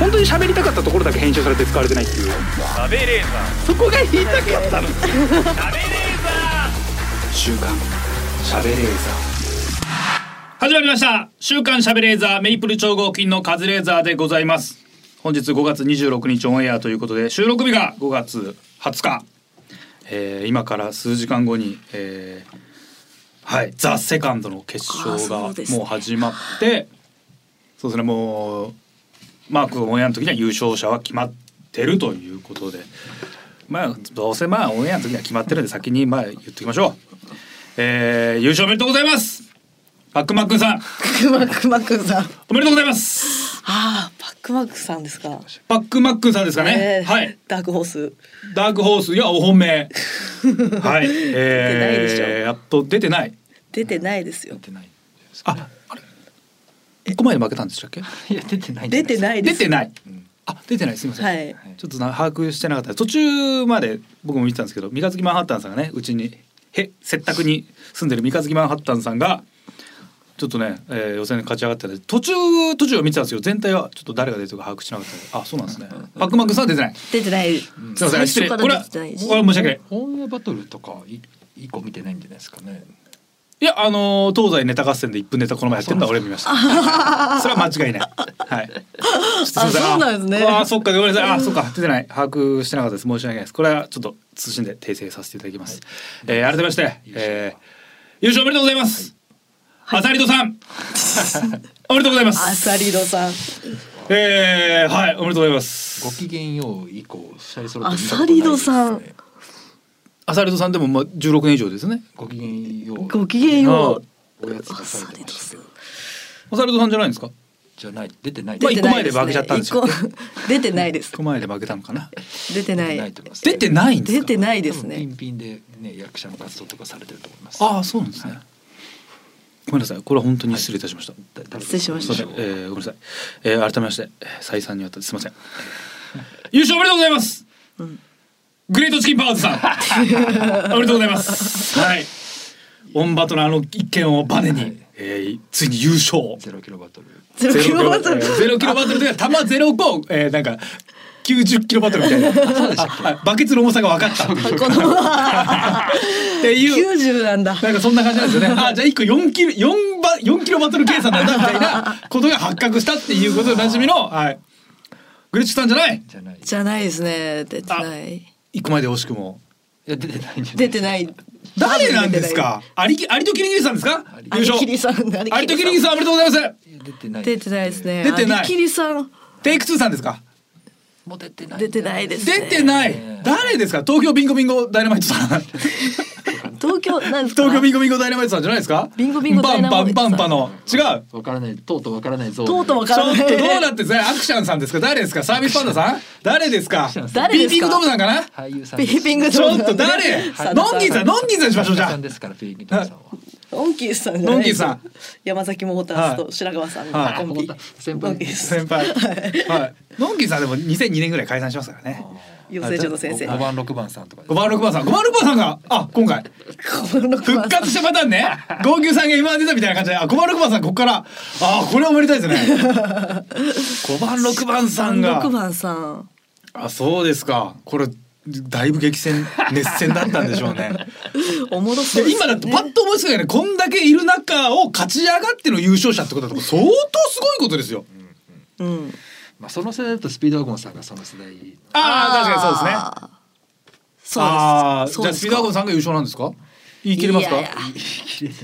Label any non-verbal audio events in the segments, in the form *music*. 本当に喋りたかったところだけ編集されて使われてないっていう食べレーザそこが言いたかったのー食べレーザ週刊喋れーー始まりました週刊しゃべレーザーメイプル超合金のカズレーザーでございます本日5月26日オンエアということで収録日が5月20日、えー、今から数時間後に、えー、はいザ・セカンドの決勝あがそうですねもう始まってそうですねもうマークオンエアの時には優勝者は決まってるということでまあどうせまあオンエアの時には決まってるんで先にまあ言っておきましょう、えー、優勝おめでとうございますパックマックンさんクマクマクさん。あおめでとうございますあ、パックマックさんですか。パックマックンさんですかね、えーはい。ダークホース。ダークホースいやお *laughs* 本命はい、え出てないでしょー、やっと出てない出てないですよ出。てないですかねああれ一個前で負けたんでしたっけいや出てないんじ出ゃないでてすかないで出す。てないうんあ出てないすいません、はい。ちょっとな把握してなかった途中まで僕も見てたんですけど三日月マンハッタンさんがねうちにへ接宅に住んでる三日月マンハッタンさんがちょっとね、えー予選で勝ち上がってたんで途中途中は見てたんですけど全体はちょっと誰が出てるか把握してなかったんであそうなんですねパックマンクさんは出てない出てない。すいません失礼これはこれは申し訳ないオンエアバトルとかい一個見てないんじゃないですかねいやあのー東西ネタ合戦で一分ネタこの前やってるのは俺見ましたそれは間違いないはいちょっとすいませあそうなんですねああそっかごめんなさいあそっか出てない把握してなかったです申し訳ないですこれはちょっと謹んで訂正させていただきます、えー改めまして優勝,、えー優勝おめでとうございます、アサリドさん *laughs* おめでとうございまアすサリドさん。えー、はいおめでとうございますごきげんよう以降二人揃ってあ見たこサとリドさんないですねアサリドさんでもまあ16年以上ですねごきげんようごきげんよおやつう。出アさサれリてドましアさんたけど。サリドさんじゃないんですかじゃない出てないまあ出て一個ない前で負けちゃったんですよすね。一個出てないですこ。の前で負けたのか *laughs* な出てな出てないいと。思います出てないんです出かてないで多す分ピね。ンピンでね役者の活動とかされてると思いますああそうなんですね、ごめんなさいこれは本当に失礼いたしました、だ誰失礼しましすたいません、えー、ごめんなさい、えー、改めましてえー再三にわたってすいません *laughs* 優勝おめでとうございます、うんグレートチキンパワーズさん *laughs* おめでとうございますはいオンバトのあの一件をバネに、えーついに優勝ゼロキロバトルゼロキロバトル。ゼロキロバトルというか弾ゼロ個、えー、なんか九十キロバトルみたいな。はいバケツの重さが分かった。っていう。九十なんだ。なんかそんな感じなんですよね。 *laughs* あ、じゃあ一個4キロ、4ば、4キロバトル計算なんだみたいなことが発覚したっていうことでおなじみの、はい。グレチクさんじゃないじゃないいじゃないですね。出てない。一個前で惜しくも。や出てないんじゃな出いてない。誰なんですかアリキ、アリとキリギリスさんですかア優リ勝キ。リさん。アアリとキリギリスさんおめでとうございますいや出てない出てないですね。出てないアリキリさんテイクツーさんですかもう出てない出てないです、出ね。てないね誰ですか東京ビンゴビンゴダイナマイトさ *laughs* ん。東京なんですか。東京ビンゴビンゴダイナマイトさんじゃないですかビンゴビンゴダイナマイトさんバンパンパンパンの。違う。わからないとうとうわからないぞとうとうわちかょらっない。とどうなってんですかアクションさんですか誰ですかサービスパンダさん誰ですか誰でビすかーピングドムさんかな俳優さんピですーピングちょっと誰サンタノンギーさん、ノンギーさんにしましょうじゃさあん。ですからピーピングドムさんはノンキーさんじゃないですノンキー山崎モーターズと白川さんのはいコンビ。はい先輩ノンキーさん先輩。はい。ノンギーさんでも2002年ぐらい解散しますからね。養成所の先生。五番六番さんとか5番6番さん、5番6番さんが、あ、今回。復活したパターンね。号泣さんが今出たみたいな感じで、あ、5番6番さん、ここから。あ、これはおめでたいですね。5番6番さんが六。番さん。あ、そうですか。これ、だいぶ激戦、熱戦だったんでしょうね。 *laughs* おもろそうでで今す、ね。だってパッと思いつくよねこんだけいる中を勝ち上がっての優勝者ってことだと相当すごいことですよ。うん。まあその世代だとスピードワゴンさんがその世代ああ確かにそうですね。あああーじそうゃです。あスピードワゴンん。さんが優勝なんですか言い切れますかいやいや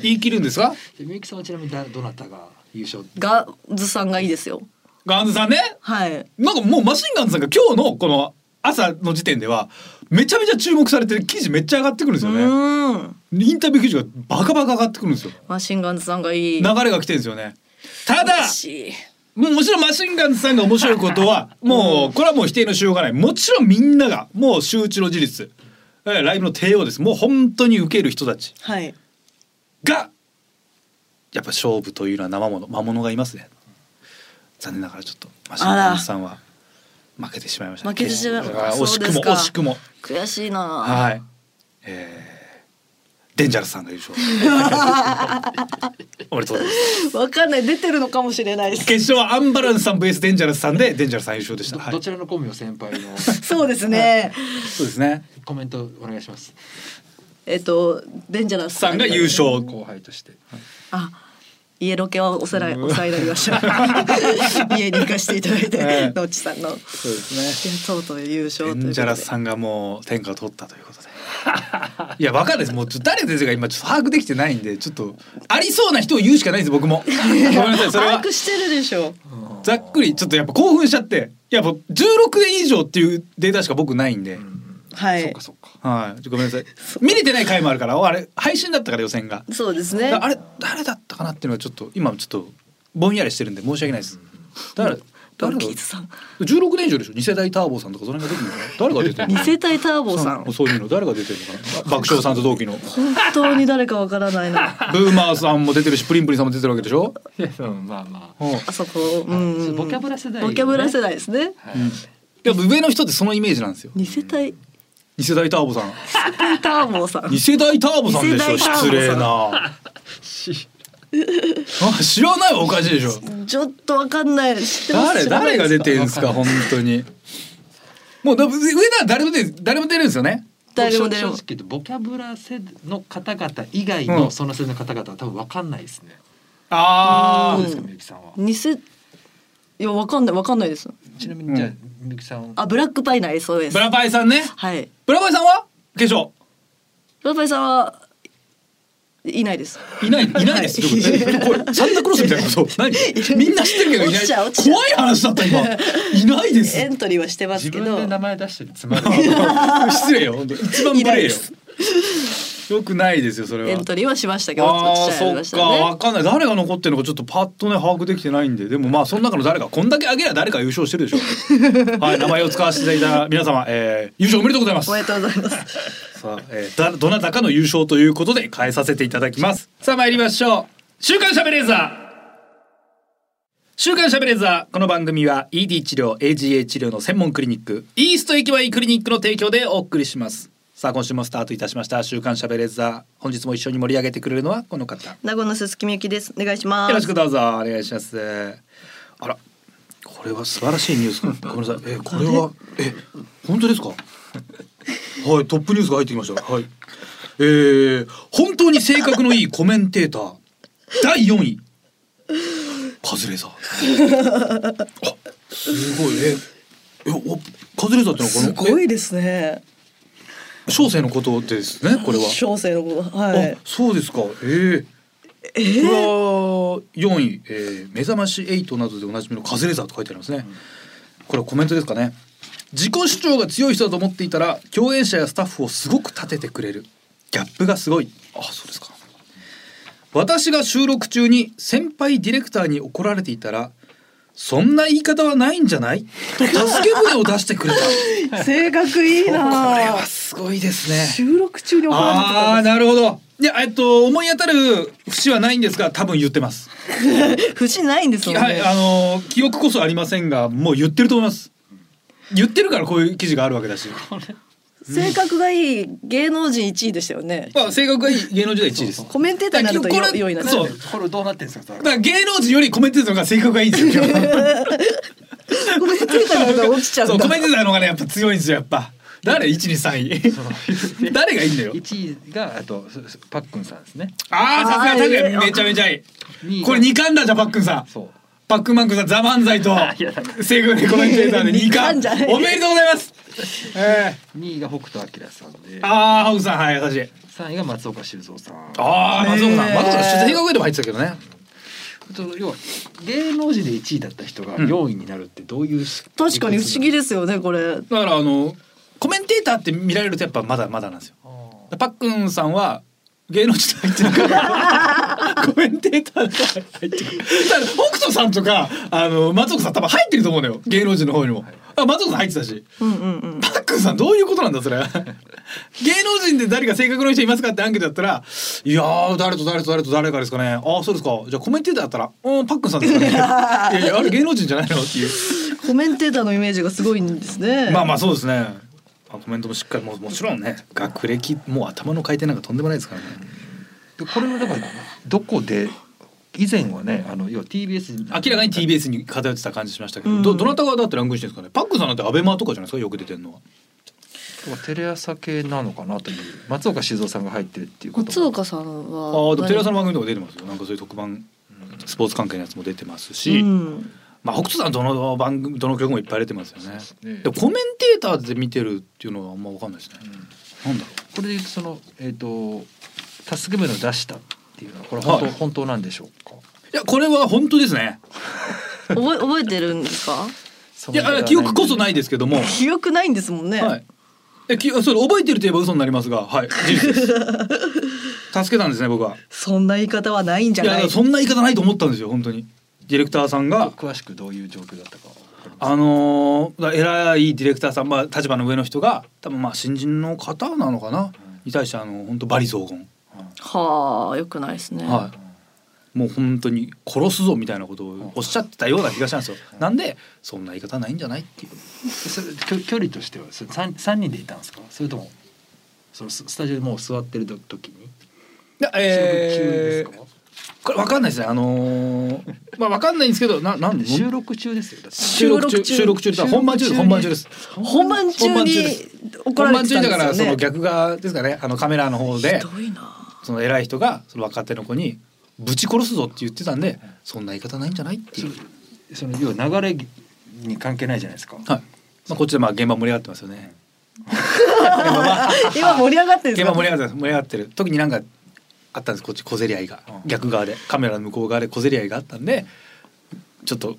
言い切るんですかでみゆきさんはちなみにだどなたが優勝ガズさんがいいですよ。ガンズさんねはい。なんかもうマシンガンズさんが今日のこの朝の時点ではめちゃめちゃ注目されてる記事めっちゃ上がってくるんですうよね。ーん。インタビュー記事がバカバカ上がってくるんですよ。マシンガンズさんがいい。流れが来てるんですよね。ただ嬉しいもうもちろんマシンガンズさんが面白いこと *laughs* はもうこれはもう否定のしようがないもちろんみんながもう周知の事実えーライブの帝王ですもう本当に受ける人たちはい。がやっぱ勝負というのは生もの魔物がいますね残念ながらちょっとマシンガンズさんは負けてしまいましたね、負けてしまいました決勝そうですか惜しくも惜しくも悔しいな。はいえーデンジャラスさんが優勝。俺そうです。わかんない出てるのかもしれないです。決勝はアンバランスさん VS デンジャラスさんでデンジャラスさん優勝でした。どはいどちらのコンビ *laughs* も先輩のそうですね。そうですね。コメントお願いします。えっとデンジャラスさんが優勝後輩として。あ、家ロケはお世話お世話になりました。家に行かせていただいええて、のっちさんのいやそうですね。とうとう優勝といデうことで。ンジャラスさんがもう天下を取ったということで。いや、わかんないです。もうちょっと誰が出てるか今ちょっと把握できてないんで、ちょっとありそうな人を言うしかないです。僕も。 *laughs* ごめんなさい。それ把は握してるでしょ。ざっくりちょっとやっぱ興奮しちゃって、いやもう16年以上っていうデータしか僕ないんで。はそっいか。そっか。はい、ちょごめんなさい。見れてない回もあるから、あれ配信だったから予選が。そうですね。あれ誰だったかなっていうのはちょっと今ちょっとぼんやりしてるんで申し訳ないです。誰ド誰ンだキーズさん。 16年以上でしょ。二世代ターボさんとかその辺が出てるのかな。誰が出てる二の？世帯ターボさん。そういうの誰が出てるのかな。爆笑さんと同期の本当に誰かわからないな。ブーマーさんも出てるし、プリンプリンさんも出てるわけでしょ。いやうん *laughs* まあまあ。うん。あそこ。うん。ボキャブラ世代ボキャブラ世代ですね。はうんい。でも上の人ってそのイメージなんですよ。二世帯二世代ターボさん。ターボさん。二世代ターボさんでしょ。二世代ターボさん失礼な。しあ知らないはおかしいでしょ。ちょっとわかんない。知ってます誰知らな誰いがで出すかてるんですか本当に。もうだ上なら誰も出る誰も出るんですよね。誰も出正る直。言うとボキャブラ世代の方々以外うんのその世代の方々は多分わかんないですね。ああどううんですかみゆきさんは。二世いやわかんないわかんないです。ちなみにじゃあうんみゆきさんはあブラックパイの SOS。ブラパイさんね。はい。ブラパイさんは化粧ブラパイさんはいないです。いないいないですよ。これこれサンタクロースみたいなこと。何？みんな知ってるけどいな落ちちゃうい。落ちちゃう怖い話だ *laughs* った今。いないです。エントリーはしてます自け分どで。名前出してる *laughs* つまり。失礼よ本当一番無いない礼でよす。よくないですよそれエはン。トリーはしましたけど落あちあちゃいそまっしかたねわ。かんない誰が残ってるのかちょっとパッとね把握できてないんででもまあその中の誰かこんだけ上げりゃ誰か優勝してるでしょはい名前を使わせていただいた皆様、えー優勝おめでとうございますおめでとうございます。 *laughs* さあ、えーだどなたかの優勝ということで変えさせていただきますさあ参りましょう週刊しゃべレーザー週刊しゃべレーザーこの番組は ED 治療 AGA 治療の専門クリニックイースト駅前クリニックの提供でお送りしますさあ今週もスタートいたしました週刊しゃべレーザー本日も一緒に盛り上げてくれるのはこの方よ名護の鈴木みゆきです。お願いします。ろしくどうぞお願いしますあらこれは素晴らしいニュース *laughs* ごめんなさいえこれはえ本当ですかはい、トップニュースが入ってきました。はい。えー、本当に性格のいいコメンテーター第4位カズレーザー。 *laughs* あ、すごいえ、え、おカズレーザーってのはこのすごいですね。え小生のことですね。これは。小生の子はいあ。、そうですか。えー。えこれは4位、えー目覚まし8」などでおなじみのカズレーザーと書いてありますね、これはコメントですかね自己主張が強い人だと思っていたら共演者やスタッフをすごく立ててくれるギャップがすごいあそうですか私が収録中に先輩ディレクターに怒られていたらそんな言い方はないんじゃないと助け舟を出してくれたこ性格いい *laughs* れなは。 *laughs* すごいですね収録中に怒られてあたあ *laughs* ーんでなるほどいやえっと思い当たる節はないんですが多分言ってます、す。不審ないんですもんはいね。あのー記憶こそありませんがもう言ってると思います言ってるからこういう記事があるわけだし、性格がいい芸能人一位でしたよね。まあ、性格がいい芸能人は1位ですそうコメンテーターになるとだからこれよいなっちゃそううこれどうなってんですか。だから芸能人よりコメンテーターの方が性格がいいんですよコメンテーターの *laughs* 方が落ちちゃうそんうだコメンテーターの方がねやっぱ強いんですよやっぱ誰123位 *laughs* 誰がいいんだよ一位があとすすパックンさんですね。ああさすが拓也めちゃめちゃい二位いがこれ2冠だじゃんパックンさんそう。パックマンクさんザ漫才と西軍レコメンテーターで2二冠じゃない冠おめでとうございます。え二位が北斗晶さんでえ、ああハグさんはい優しい。三位が松岡修造さん。ああ松岡さん松岡さん出演学でも入ってたけどね。その要は芸能人で一位だった人が四位になるってどういうし、確かに不思議ですよねこれ。だからあのコメンテーターって見られるとやっぱまだまだなんですよ。あパックンさんは芸能人入ってるか *laughs* らコメンテーターとか入ってるだから北斗さんとかあの松岡さん多分入ってると思うのよ芸能人の方にも、あ松岡さん入ってたしうんうんうん。パックンさんどういうことなんだそれ芸能人で誰か性格のいい人いますかってアンケートやったら「いやー誰と誰と誰と誰かですかねああそうですかじゃあコメンテーターだったらうんパックンさん *laughs* ですかね」いやいやあれ芸能人じゃないのっていうコメンテーターのイメージがすごいんですね。まあまあそうですねあコメントもしっかりもうもちろんね学歴もう頭の回転なんかとんでもないですからねでこれはだからどこで以前はねあの要は TBS 明らかに TBS に偏ってた感じしましたけど、うんどどなたがだってランクインしてるんですかねパックンさんなんてアベマとかじゃないですかよく出てるのはテレ朝系なのかなという松岡修造さんが入ってるっていうこと松岡さんあはあでもテレ朝の番組とか出てますよなんかそういう特番スポーツ関係のやつも出てますし、うんまあ北斗さんどの番組どの曲もいっぱい出てますよねねでもコメンテーターで見てるっていうのはあんま分かんないですねなんだろこれで言うとそのえっ、と助け舟を出したっていうのはこれ本当、はい本当なんでしょううか。いやこれは本当ですね覚え覚えてるんですか？いやあ記憶こそないですけども記憶ないんですもんね。はい。え、き、それ覚えてるといえば嘘になりますが、はい、事実 *laughs* です。助けたんですね、僕は。そんな言い方はないんじゃいや、ない？そんな言い方ないと思ったんですよ、本当に。ディレクターさんが、詳しくどういう状況だったかわかりまあのー、だ偉いディレクターさん、まあ、立場の上の人が、多分まあ、新人の方なのかな。に対して、あの、本当罵詈雑言。はあ、よくないですね。はい。もう本当に殺すぞみたいなことをおっしゃってたような気がしたんですよ。なんでそんな言い方ないんじゃないっていう。す。それ距距離としてはそれ三三人でいたんですか。それともそのススタジオでもう座ってる時時にいや収録え中ーですか。これわかんないですね。あのー、まあわかんないんですけど、ななんで収録中ですよ。だって収録中収録収録中中です本番中です本番中です本番本中番に中です怒本ら番れてた中だんでからすそよのね。逆側ですかねあのカメラの方でひどい *laughs* な。その偉い人がその若手の子にぶち殺すぞって言ってたんでそんな言い方ないんじゃないっていう、その要は流れに関係ないじゃないですか。はいまあ、こっちでまあ現場盛り上がってますよね今盛り上がってるん現です場か盛り上がってます盛り上がってる時になんかあったんですこっち小競り合いがうん逆側でカメラの向こう側で小競り合いがあったんでちょっと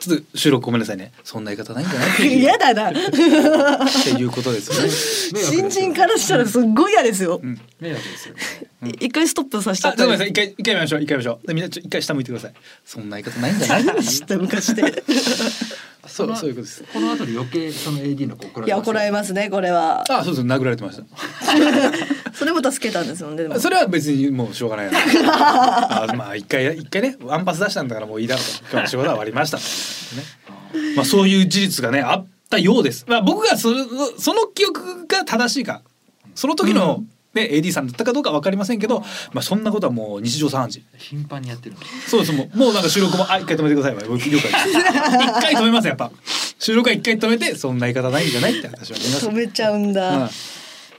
ちょっと収録ごめんなさいねそんな言い方ないんじゃないって *laughs* いう嫌だな。っていうことですよね。新人からしたらすっごい嫌ですよ。 *laughs* 迷惑ですよね。い一回ストップさせちゃあ、っちょっとたごめんりなさい、一回、一回見ましょう、一回見ましょう。でみんな、ちょ一回下向いてください。そんな言い方ないんじゃ *laughs* ない。 *laughs* 知った昔で。そこう、のそういうことです。この後で余計その AD の子怒らいれや怒られまますねこれは。あ、そうそう、殴られてました。それも助けたんですもんね。で *laughs* もそれは別にもうしょう *laughs* がないな。あ、まあ、一回、一回ね、ワンパス出したんだから、もういいだろうと。今日の仕事は終わりました。ね。まあ、そういう事実がね、あったようです。まあ、僕がその、その記憶が正しいか。その時の、ね、AD さんだったかどうかわかりませんけど、まあ、そんなことはもう日常茶飯事。す。頻繁にやってるの。そうですもうもうなんか収録もあ一回止めてく *laughs* ださい僕了解です一回止めますやっぱ収録は一回止めてそんな言い方ないんじゃないって私は思います止、めちゃうんだ。うん、も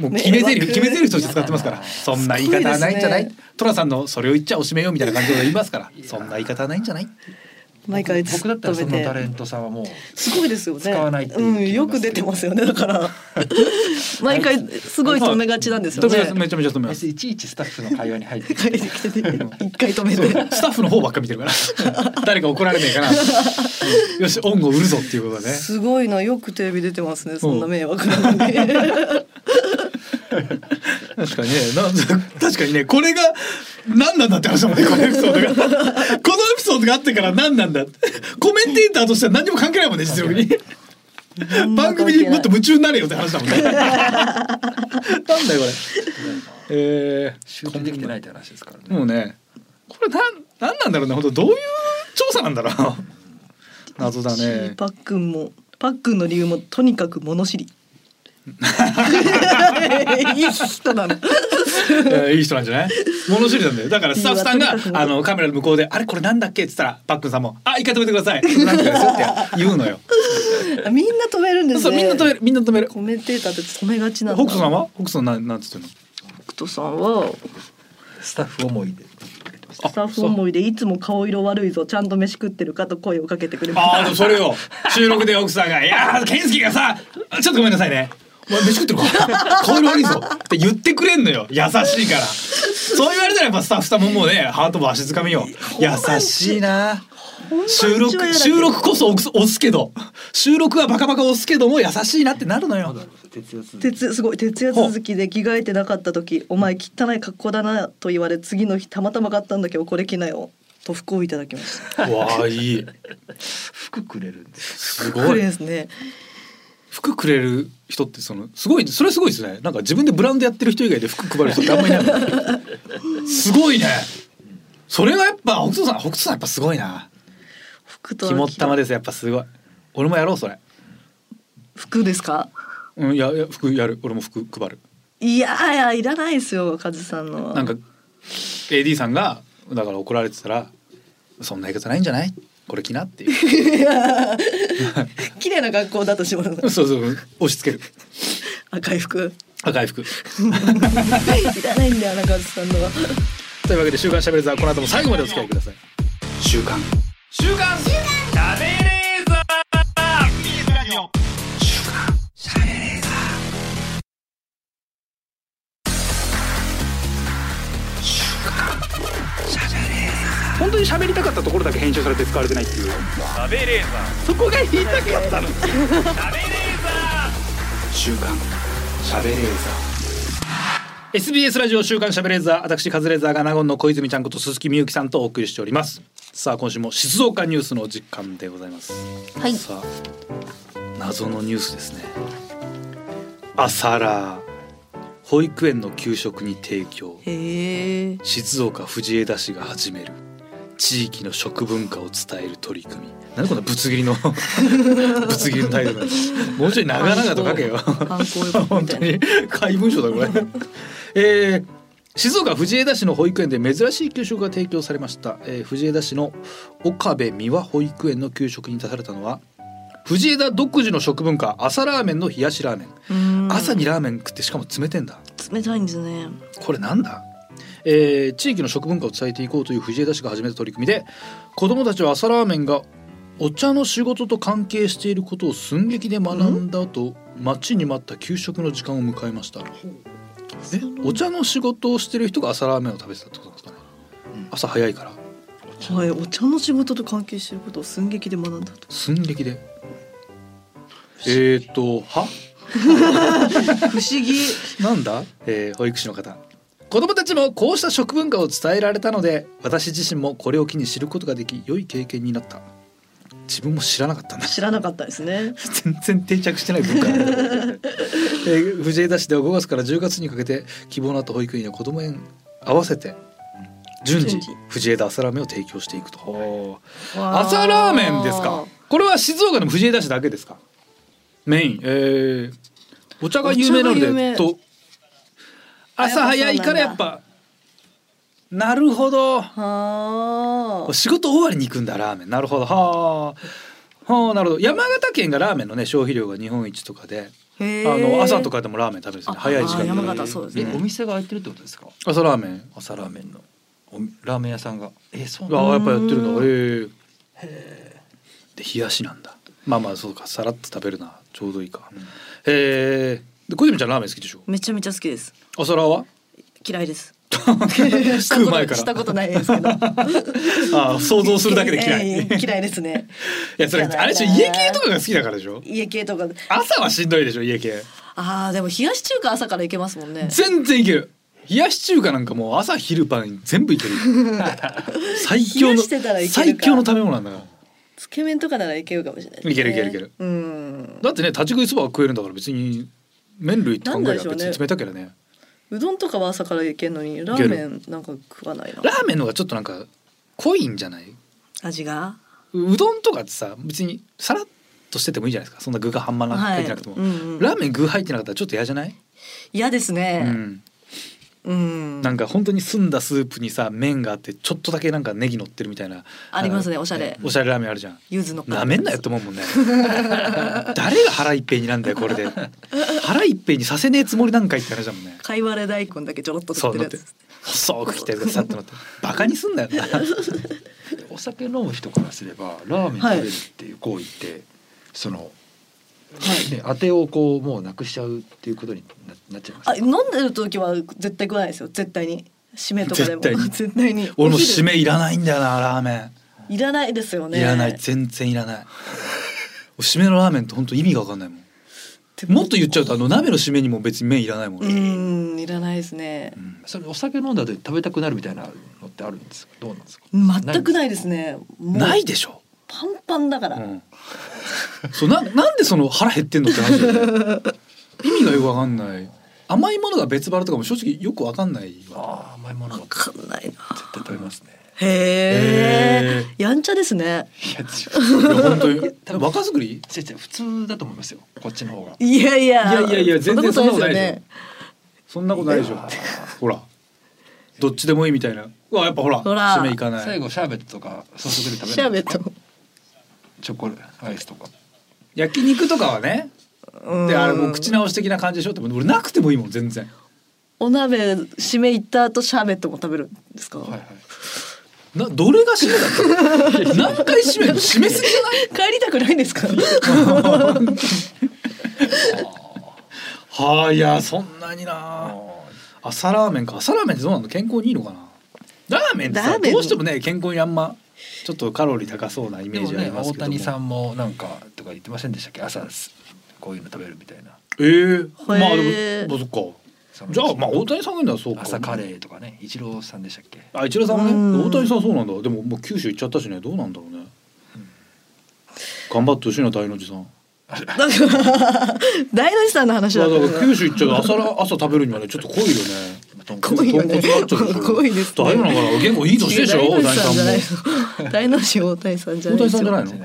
う決め台詞迷惑決め台詞として使ってますからそんな言い方はないんじゃなすごいいで寅さんのそれを言っちゃおしめよみたいな感じで言いますからそんな言い方はないんじゃない毎回僕だったらそ止のめタレて。ントさんはもうすごいですよね。使わないっていう気がうんよく出てますよねだから。毎回すごい止めがちなんですよ止めね。めちゃめちゃ止めま別すにいちいちスタッフの会話に入って帰ってきてて一回止めて。スタッフの方ばっか見てるから *laughs* 誰か怒られねえか *laughs* な、うんよし恩を売るぞっていうことだねすごいなよくテレビ出てますねそんな迷惑なのに。確かにね、なん確かにね、これが何なんだって話だもんね、このエピソー *laughs* ドが。このエピソードがあってから何なんだって。コメンテーターとしては何にも関係ないもんね、実力に。番組にもっと夢中になれよって話だもんね。なんだよ、これ。え集中できてないって話ですからー、もね。うね、これなん、なんなんだろうね、本当どういう調査なんだろう。謎だね。パックンもパックンの理由もとにかく物知り。いい人なの。いやいい人なんじゃない物知りなんだよだからスタッフさんいがやとにかくねあのカメラの向こうで「あれこれなんだっけ?」っつったらパックンさんも「あ一回止めてください」なんとかですよって言うのよ。みんな止めるんですね。そうみんな止めるみんな止める。コメンテーターって止めがちな北んだ。斗さんは北斗さんなんなんつってんの北斗さんはスタッフ思いで。スタッフ思いでいつも顔色悪いぞちゃんと飯食ってるかと声をかけてくれまああす。でもそれよ収録で奥さんが「いやー健介がさちょっとごめんなさいねお前飯食ってるか顔色悪いぞ」って言ってくれんのよ優しいからそう言われたらやっぱスタッフさんももうねハートも足づかみよ優しいな収本番中は録やだけど収録こそ押す押すけど収録はバカバカ押すけども優しいなってなるのよ徹夜する。徹すごい徹夜続きで着替えてなかった時「お前汚い格好だな」と言われ次の日たまたま買ったんだけどこれ着なよと服をいただきました。わあいい服くれるんです。すこごれいですね。服くれる人ってそのすごいそれすごいですねなんか自分でブランドやってる人以外で服配る人ってあんまいないもんねすごいねそれがやっぱ北斗さん北斗さんやっぱすごいな服とは肝っ玉ですやっぱすごい俺もやろうそれ服ですかうんいやいや服やる俺も服配るいやいやいらないですよカズさんのはなんか AD さんがだから怒られてたら「そんな言い方ないんじゃないこれ着な」って *laughs* いう綺麗な学校だとしますそうそう押し付ける赤い服赤い服いらないんだよなカズさんのはというわけで「週刊しゃべれーザー」この後も最後までお付き合いください週刊週刊しゃべれーざ本当に喋りたかったところだけ編集されて使われてないっていう週刊しゃべれー SBS ラジオ週刊しゃべれーザー私カズレーザーが名古屋の小泉ちゃんこと鈴木みゆきさんとお送りしておりますさあ今週も静岡ニュースの時間でございますはいさあ謎のニュースですねアサラ保育園の給食に提供へえ静岡藤枝市が始める地域の食文化を伝える取り組みなんでこんなぶつ切りの *laughs* ぶつ切りのタイトルなんですもうちょい長々と書けよ観光観光 *laughs* 本みた当いなに怪文書だこれえー静岡藤枝市の保育園で珍しい給食が提供されました、えー藤枝市の岡部美和保育園の給食に出されたのは藤枝独自の食文化朝ラーメンの冷やしラーメン、うん朝にラーメン食ってしかも冷てんだ冷たいんですねこれなんだ、えー地域の食文化を伝えていこうという藤枝市が始めた取り組みで子どもたちは朝ラーメンがお茶の仕事と関係していることを寸劇で学んだ後待ちに待った給食の時間を迎えましたえお茶の仕事をしてる人が朝ラーメンを食べてたってことなんですかねうん朝早いからはいお茶の仕事と関係していることを寸劇で学んだと寸劇でえー、とは *laughs* 不思議なんだ、えー保育士の方子供たちもこうした食文化を伝えられたので私自身もこれを機に知ることができ良い経験になった自分も知らなかったんだ *laughs* 知らなかったですね全然定着してない文 *laughs* 化、えー藤枝市では5月から10月にかけて希望のあった保育園や子ども園合わせて順次順次藤枝朝ラーメンを提供していくとわー朝ラーメンですかこれは静岡の藤枝市だけですかメイン、えーお茶が有名なお茶のがで有名と朝早いからやっぱなるほどはあ仕事終わりに行くんだラーメンなるほどはあはあなるほど山形県がラーメンのね消費量が日本一とかで、へあーの朝とかでもラーメン食べるんですよねあ早い時あー間山に形そうですザーねえお店が開いてるってことですか朝ラーメン朝ラーメンのおみラーメン屋さんがえそうなあのあやっぱやってるうのんへえで冷やしなんだまあまあそうかさらっと食べるなちょうどいいか、うんえーで小泉ちゃんラーメン好きでしょめちゃめちゃ好きです朝ラー *laughs* は嫌いです食う前かしたらことしたことないですけどああ想像するだけで嫌い、ええ *laughs* 嫌いですねいやそれ嫌だなあれでしょ家系とかが好きだからでしょ家系とか朝はしんどいでしょ家系ああでも冷やし中華朝からいけますもんね全然いける冷やし中華なんかもう朝昼晩全部いける *laughs* 最強冷のやしてたらいけるか最強の食べ物なんだからつけ麺とかならいけるかもしれないですね、いけるいけるいけるうんだってね立ち食いそばが食えるんだから別に麺類って考えなれんでしばょうね別に冷たいけどねうどんとかは朝からいけるのにラーメンなんか食わないなラーメンの方がちょっとなんか濃いんじゃない味がうどんとかってさ別にさらっとしててもいいじゃないですかそんな具が半端な入ってなくても、はいうんうんラーメン具入ってなかったらちょっと嫌じゃない、嫌ですうねん、うん、なんか本当に澄んだスープにさ麺があってちょっとだけなんかネギ乗ってるみたいなありますねのおしゃれおしゃれラーメンあるじゃん柚子の皮なめんなよって思うもんね誰が腹いっぺいになんだよこれで腹いっぺいにさせねえつもりなんかいって話だもんね貝割れ大根だけちょろっとそ取うってなっるやてつ細く切ってさっとなってバカにすんなよお酒飲む人からすればラーメン食べるっていう行為って、その、ね、当てをこうもうなくしちゃうっていうことにななっちゃいますあ飲んでる時は絶対食わないですよ絶対に締めとかでも絶対に *laughs* 絶対に俺もお締昼めいらないんだよなラーメンいらないですよねいらない全然いらない締めのラーメンって本当意味が分かんないもんてもっと言っちゃうとあの鍋の締めにも別に麺いらないもん、う俺んいらないですねそれお酒飲んだ後に食べたくなるみたいなのってあるんですかどうなんですか全くないですねもうないでしょ、パンパンだかうらん、そうななんでその腹減ってんのって話だよね意味がよく分かんない甘いものが別腹とかも正直よく分かんないわああ甘いものはわかんないな絶対食べますねへえやんちゃですね。いいやや本当に多分若作り違う違う普通だと思いますよこっちの方がいやいいや。やいやいや全然そんなことないでしょね。そんなことないでしょほらどっちでもいいみたいなうわやっぱほらほら締めいかない最後シャーベットとかソフトクリーム食シべャーないベでッすかト。チョコアイスとか焼肉とかはねうんであれもう口直し的な感じでしょって俺なくてもいいもん全然お鍋締め行った後シャーベットも食べるんですか。はいはいなどれが締めだった *laughs* の何回締めるの締めすぎじゃない *laughs* 帰りたくないんですか。 *laughs* はあいやそんなにあなー朝ラーメンか朝ラーメンってどうなの健康にいいのかなラーメンってラさーメンどうしてもね健康にあんまちょっとカロリー高そうなイメでーもジありねます大けども谷さんもなんかとか言ってませんでしたっけ朝すこういうの食べるみたいなええへえまあでもまあそっかそのじゃあまあ大谷さんがいるのはそうか朝カレーとかねイチローさんでしたっけあ一郎さんはうねん大谷さんそうなんだでももう九州行っちゃったしねどうなんだろうね頑張ってほしいな大の字さん *laughs* 大の字さんの話いやだだかから九ら。州行っちゃうと朝ら朝食べるにはねちょっと濃いよね豚濃骨いよね豚骨になっちゃうでしょ濃いですね大丈夫なのかな結構いい年でしょ違う大谷さんも大の字大谷さんじゃな大い。谷さんじゃないの。の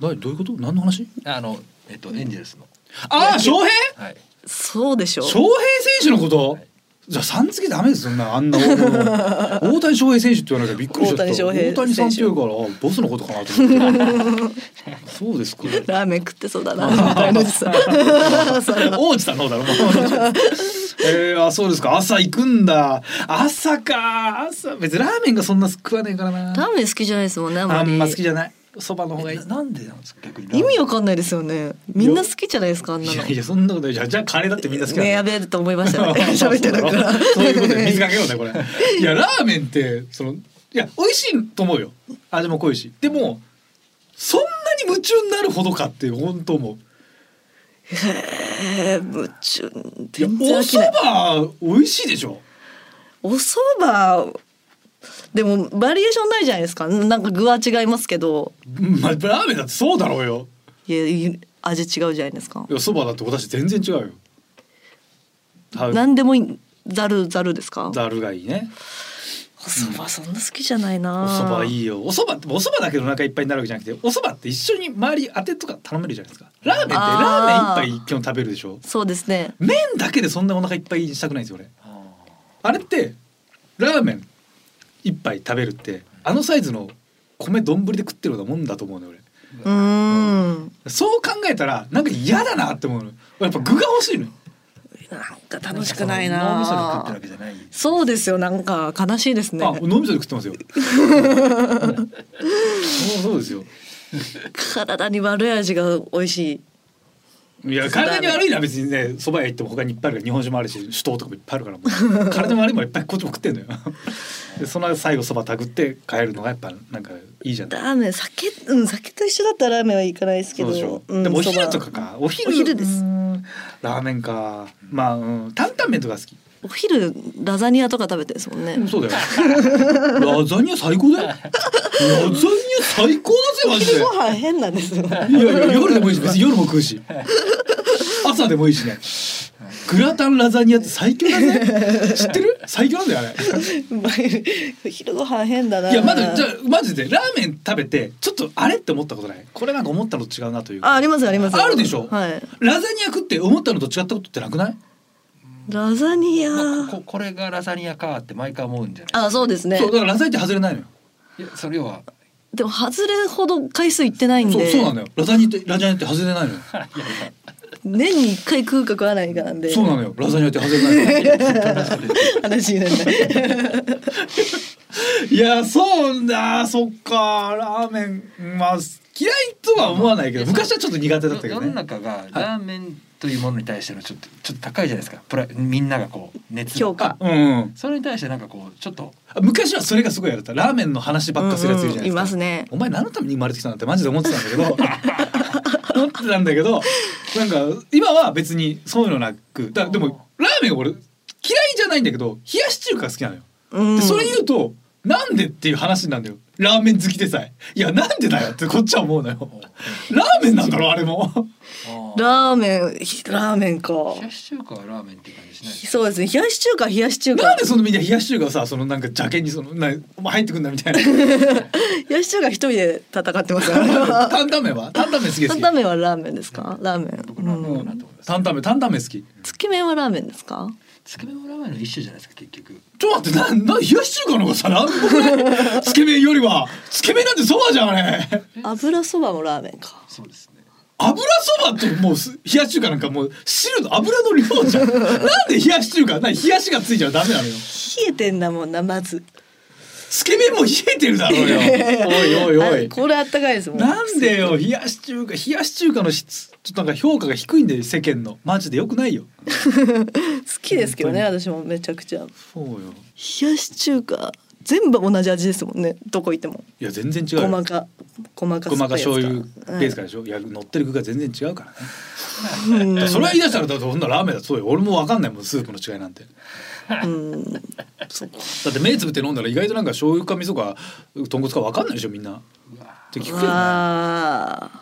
何どういうこと何の話 *laughs* あのえっとエンジェルスのああ翔平はいそうでしょ。翔平選手のことじゃあさん付けダメですそんなあんな大物大谷翔平選手って言わなきゃびっくりしちゃった大谷翔平選手大谷さんって言うからあボスのことかなと思ってそうですかラーメン食ってそうだな。大の字さん。それは王子さんの方だろもう *laughs* えー、あそうですか朝行くんだ朝か朝別にラーメンがそんな食わねえからなラーメン好きじゃないですもんね。あんまあり。んま好きじゃないそばの方がいいななんでなんですか逆に意味わかんないですよね。みんな好きじゃないですか、あんないのや。いやそんなことないじゃあじゃあカレーだってみんな好きなんだね、やべえと思い *laughs* ましたね。喋ってたから。そういうことで水かけようねこれ。いやラーメンってそのいや美味しいと思うよ。味も濃いし。でもそんなに夢中になるほどかって本当もう。 *laughs* えー、夢中。いや全然お飽きない。蕎麦美味しいでしょ。お蕎麦。でも、バリエーションないじゃないですか。なんか具は違いますけど。まあラーメンだってそうだろうよ。いや、い味違うじゃないですかい。や蕎麦だって私全然違うよ。食べなんでもいい。ざるざるですか。ざるがいいね。お蕎麦そんな好きじゃないおな。蕎麦いいよ。お蕎麦ってお蕎麦だけでお腹いっぱいになるわけじゃなくて、お蕎麦って一緒に周り当てとか頼めるじゃないですか。ラーメンってラーメン一杯基本食べるでしょ。そうですね。麺だけでそんなお腹いっぱいにしたくないんですよ俺。ああれってラーメン一杯食べるってあのサイズの米丼で食ってるようなもんだと思うのよ俺うーん。そう考えたらなんか嫌だなって思うのよ俺やっぱ具が欲しいのよなんか楽しくない脳みそで食ってるなわ。けじゃないですそうですよ。なんか悲しいですね。あ脳みそで食ってますよそうそうですよ体に悪い味が美味しい。いや体に悪いな別にねそば屋行っても他にいっぱいあるから日本酒もあるし酒盗とかもいっぱいあるからもう体に悪いもんいっぱいこっちも食ってんのよでその最後そばたぐって帰るのがやっぱなんかいいじゃないラーメン酒うん酒と一緒だったらラーメンはいかないですけそうど。でしょ、うんでもお昼そとばかかお昼お昼ですうんラーメンかまあ、うん、担々麺とか好き、お昼ラザニアとか食べてるんですもんうねん。そうだよラザニア最高だよラザニア最高だぜマジでご飯変なんですよ。いやいや夜でもいいし別に夜も食うし朝でもいいしねグラタンラザニアって最強だね知ってる最強なんだよあれ昼ご飯変だな。いやまだじゃあマジでラーメン食べてちょっとあれって思ったことないこれなんか思ったのと違うなというかあありますあります。あるでしょはい。ラザニア食って思ったのと違ったことってなくないラザニア。まあこここれがラザニアかって毎回思うんじゃないあそうですねそう。だからラザニアって外れないのよ。いやそれはでも外れほど回数いってないんそうで。そうなのよ。ラザニアってラザニアって外れないのよ。年に一回食うか食わないかなんで。そうなのよ。ラザニアって外れないのよ。話にな *laughs* らない。いやそうだそっかラーメンまあ嫌いとは思わないけど昔はちょっと苦手だったけ世どのね。中がラーメンというものに対してのちょっとちょっと高いじゃないですかプラみんながこう熱が評価うんうん、それに対してなんかこうちょっと昔はそれがすごいやったラーメンの話ばっかするやついるじゃないですか、うんうんいますねお前何のために生まれてきたんだってマジで思ってたんだけど思ってたんだけどなんか今は別にそういうのなくだでもラーメン俺嫌いじゃないんだけど冷やし中華が好きなのようんでそれ言うとなんでっていう話なんだよラーメン好きでさえいやなんでだよってこっちは思うのよラーメンなんだろあれもラーメンひラーメンか冷やし中華はラーメンって感じしないですそうですね冷やし中華冷やし中なん華でそのみんな冷やし中華をさそのなんか邪険にそのなお前入ってくんだみたい *laughs* な冷やし中華一人で戦っ *laughs* てますからね担々麺は担々麺好きです担々麺はラーメンですかラーメ僕ラーメンン、う、かなんと思います担々麺担々麺好きつけ麺はラーメンですかつけ麺もラーメンの一種じゃないですか結局ちょっと待ってなな冷やし中華の方がさなんぼ *laughs* ねつけ麺よりはつけ麺なんてそばじゃんあれ油そばもラーメンかそうですね油そばともうす冷やし中華なんかもう汁の油の量じゃんなんで冷やし中華なん冷やしがついちゃダメなのよ冷えてんだもんなまずつけ麺も冷えてるだろうよ *laughs* おいおいおあいこれあったかいですもんなんでよ冷やし中華冷やし中華の質ちょっとなんか評価が低いんだよ世間のマジでよくないよ好きですけどね私もめちゃくちゃそうよ冷やし中華全部同じ味ですもんねどこ行ってもいや全然違うごよまかごまかごまか酸っ醤ぱい油やつベースからでしょ、いや乗ってる具が全然違うからね、うんそれは言い出したらだってほんならラーメンだそうよ俺もわかんないもんスープの違いなんてうんそうかだって目つぶって飲んだら意外となんか醤油か味噌か豚骨かわかんないでしょみんなって聞くけどねわあ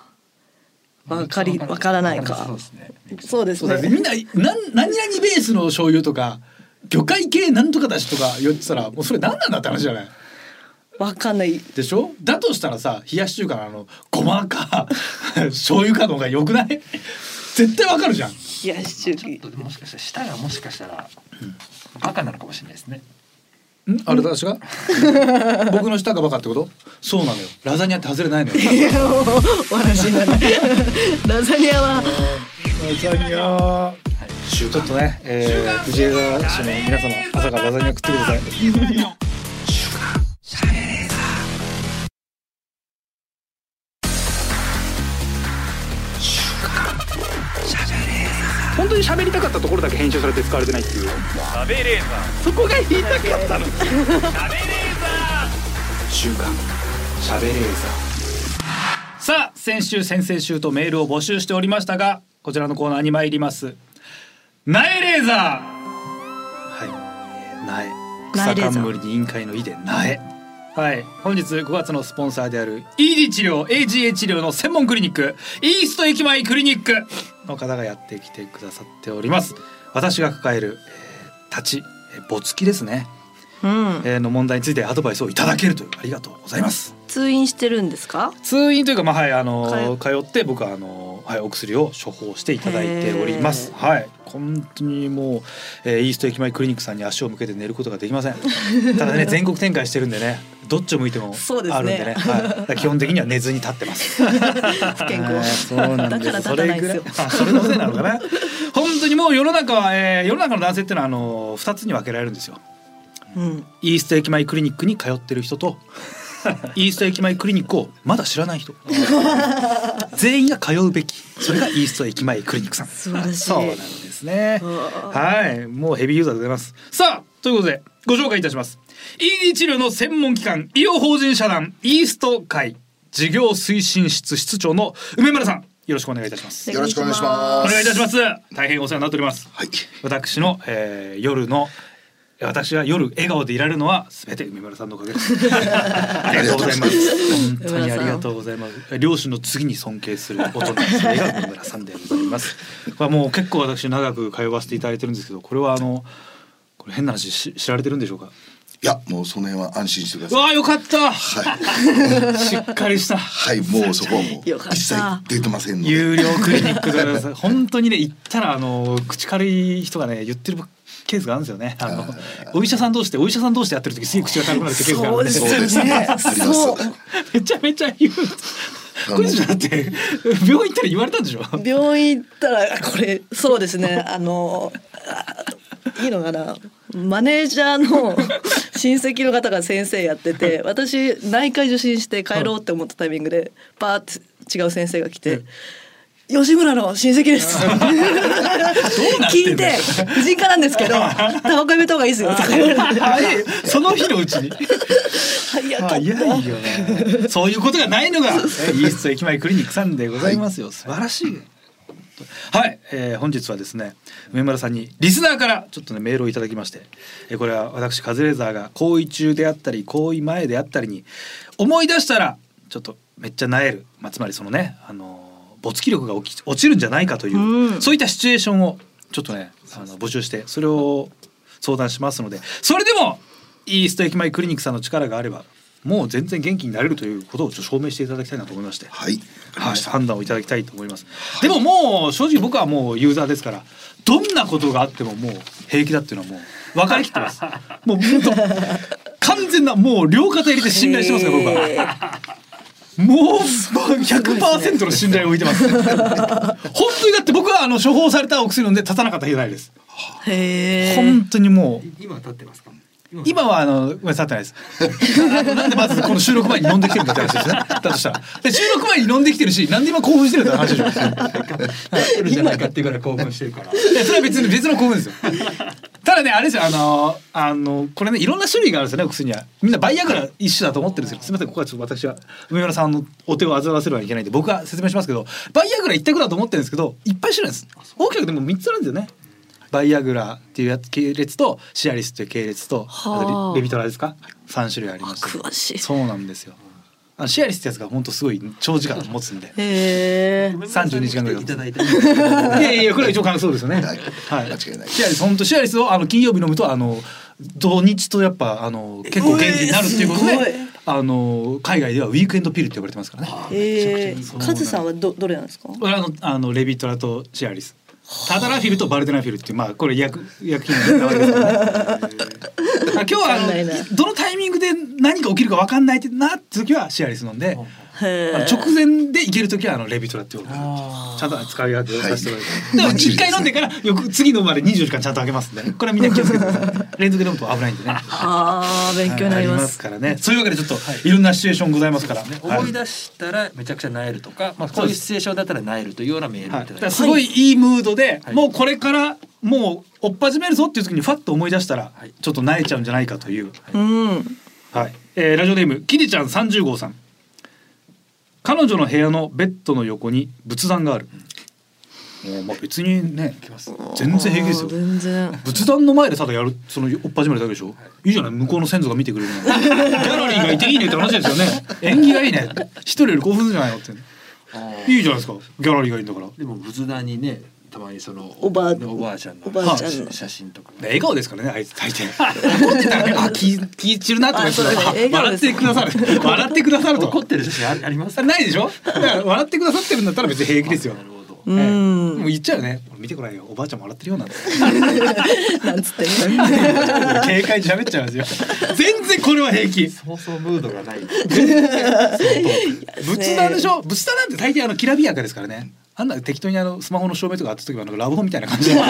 わかりわからないかそうですねそうですそうだってねみんななん何々ベースの醤油とか魚介系なんとかだしとか言ってたらもうそれ何なんだって話じゃないわかんないでしょだとしたらさ冷やし中華のあのごまか *laughs* 醤油かの方がよくない絶対わかるじゃん冷やしちょっ中 *laughs* 華ともしかしたら舌がもしかしたらバカなのかもしれないですねんあれ私が僕の舌がバカってことそうなのよラザニアって外れないのよいやもうお話にならないラザニアはラザニアちょっとね、えー、藤枝市の皆様朝からラザニア食ってください本当に喋りたかったところだけ編集されて使われてないっていうさあ先週先々週とメールを募集しておりましたがこちらのコーナーに参ります苗レーザはい苗苗草レーザー冠に委員会の井で苗ーはい本日5月のスポンサーである ED 治療 AGA 治療の専門クリニックイースト駅前クリニックの方がやってきてくださっております私が抱える、えー、立ちえー没気ですね、うんえーの問題についてアドバイスをいただけるというありがとうございます通院してるんで *laughs* すか通院というかまあはいあの通って僕はあのはいお薬を処方していただいておりますへはい本当にもう、えーイースト駅前クリニックさんに足を向けて寝ることができ *laughs* ませんただね全国展開してるんでねどっちを向いてもそうですねあるんでね *laughs* はい、だから基本的には寝ずに立ってます不健えー康そうなんですだから立たないんですよそれぐらいあそれのせいなの *laughs* かな本当にもう世の中は、えー世の中の男性ってのはあの2つに分けられるんですようんイースト駅前クリニックに通ってる人 *laughs* とイースト駅前クリニックをまだ知らない *laughs* 人全員が通うべきそれがイースト駅前クリニックさん素晴らしいそうなんですねうわはいもうヘビーユーザーでございますさあということでご紹介いたします ED 治療の専門機関医療法人社団イースト会事業推進室室長の梅村さんよろしくお願いいたしますよろしくお願いしまおす願いいたします大変お世話になっておりますはい。私の、えー夜の私が夜笑顔でいられるのは全て梅村さんのおかげです *laughs* ありがとうございます本当にありがとうございます両親の次に尊敬する大人の人が梅村さんでござい *laughs* ますこれはもう結構私長く通わせていただいてるんですけどこれはあのこれ変な話し知られてるんでしょうかいや、もうその辺は安心してくだうさい。わあよかった、 *laughs* しっかりしたはい、もうそこはもうよかった一切出てませんので。有料クリニックで *laughs* ございます本当にね行ったらあの口軽い人がね言ってるケースがあるんですよねあのお医者さん同士でお医者さん同士でやってる時すげえ口が軽くなるってケースがあるんでそそううでですすよねね。あります。そうめちゃめちゃ言うあこいつだって病院行ったら言われたんでし *laughs* ょ病院行ったらあこれそうですねあのあいいのかなマネージャーの親戚の方が先生やってて私内科受診して帰ろうって思ったタイミングでバーって違う先生が来て。吉村の親戚です。聞いて、婦人科なんですけど、タバコやめた方がいいですよ。とか言われてはいその日のうちに早かっ早た。いよねそういうことがないのがイースト駅前クリニックさんでございますよ、素晴らしいはい、えー本日はですね梅村さんにリスナーからちょっとねメールをいただきまして、えーこれは私カズレーザーが行為中であったり行為前であったりに思い出したらちょっとめっちゃなえる、まあ、つまりそのね、あのー没記力が落ち落ちるんじゃないかという、うんそういったシチュエーションをちょっとねあの募集してそれを相談しますのでそれでもイースト駅前クリニックさんの力があればもう全然元気になれるということをちょっと証明していただきたいなと思いまして。はい。はい、判断をいただきたいと思います、でももう正直僕はもうユーザーですからどんなことがあってももう平気だっていうのはもう分かりきってますもう本当完全なもう両肩入れて信頼してますね僕はは。もう100%の信頼を置いてます *laughs* 本当にだって僕はあの処方されたお薬飲んで立たなかった日ないですへえ。本当にもう今立ってますか。今はあのごめんなさい立ってないですなんでまずこの収録前に飲んできてるんだって話ですねだとしたらで収録前に飲んできてるしなんで今興奮してるんだ *laughs* って話でしょ立ってるじゃないかっていうからい興奮してるから。いやそれは別に別の興奮ですよ。ただねあれですよあのあのこれねいろんな種類があるんですよねお薬にはみんなバイアグラ一種だと思ってるんですけどすみませんここはちょっと私は梅村さんのお手を煩わせるはいけないんで僕が説明しますけどバイアグラ一択だと思ってるんですけどいっぱい種類あるんです大きくでも三つあるんですよねバイアグラっていうやつ系列とシアリスという系列とはああとレビトラですか三種類あります詳しいそうなんですよあのシアリスってやつが本当すごい長時間持つんでへえ。 32時間ぐらいいただいて。いやいやこれは一応感想ですよね。はいい。間違いないシアリス本当シアリスをあの金曜日飲むとあの土日とやっぱあの結構元気になるっていうことえーすごいで、あの海外ではウィークエンドピルって呼ばれてますからね。ええそう。なんカズさんはどどれなんですか。俺あのあのレビトラとシアリス。タダラフィルとバルデナフィルっていうまあこれ薬薬品の名前ですけどね。あ今日はわかんないなあのどのタイミングで何が起きるかわかんないってなって時はシアリス飲んで、へあのえ。直前でいける時はあのレビトラっていうことでちゃんと使い分けをさせてもらって、でもバッチリ一で回すね飲んでからよく次のまで24時間ちゃんとあげますん *laughs* でねこれはみんな気をつけてください連続で飲むと危ないんでねああ勉強になりはいあます。からねそういうわけでちょっといろんなシチュエーションございますから思いはい出したらめちゃくちゃなえるとか、まあこういうシチュエーションだったらなえるというようなメールをいたはいだだいてかまらす。すごいいいムードで、はいもうこれからもう追っ始めるぞっていう時にファッと思い出したらはいちょっと慣れちゃうんじゃないかといううん。はい、えーラジオネームキリちゃん三十号さん。彼女の部屋のベッドの横に仏壇がある。もうまあ別にね、全然平気ですあーよ。全然。仏壇の前でただやるその追っ始めるだけでしょ、い、いじゃない向こうの先祖が見てくれるのギャラリーがいていいねって話ですよね縁起がいいね一人より興奮するんじゃないのっていいじゃないですかギャラリーがいいんだからででも仏壇にね、たまにそのおばあおばあちゃんのおばあちゃんのはい写真とか。笑顔ですからねあいつ大抵怒ってたらねあ気気散るなとか言ってあそうだね笑顔笑っですてくださる笑ってくださると怒ってる写真ありありますか。ないでしょだから笑ってくださってるんだったら別に平気ですよなるほど。うええん。もう言っちゃうよね俺見てこないよおばあちゃんも笑ってるよう *laughs* なんて *laughs* なんつってね。警戒に喋っちゃうんですよ全然これは平気そうそうムード *laughs* がない。仏壇でしょ仏壇なんて大抵あのきらびやかですからねあんな適当にあのスマホの照明とか当てとけばあのラブホみたいな感じでキ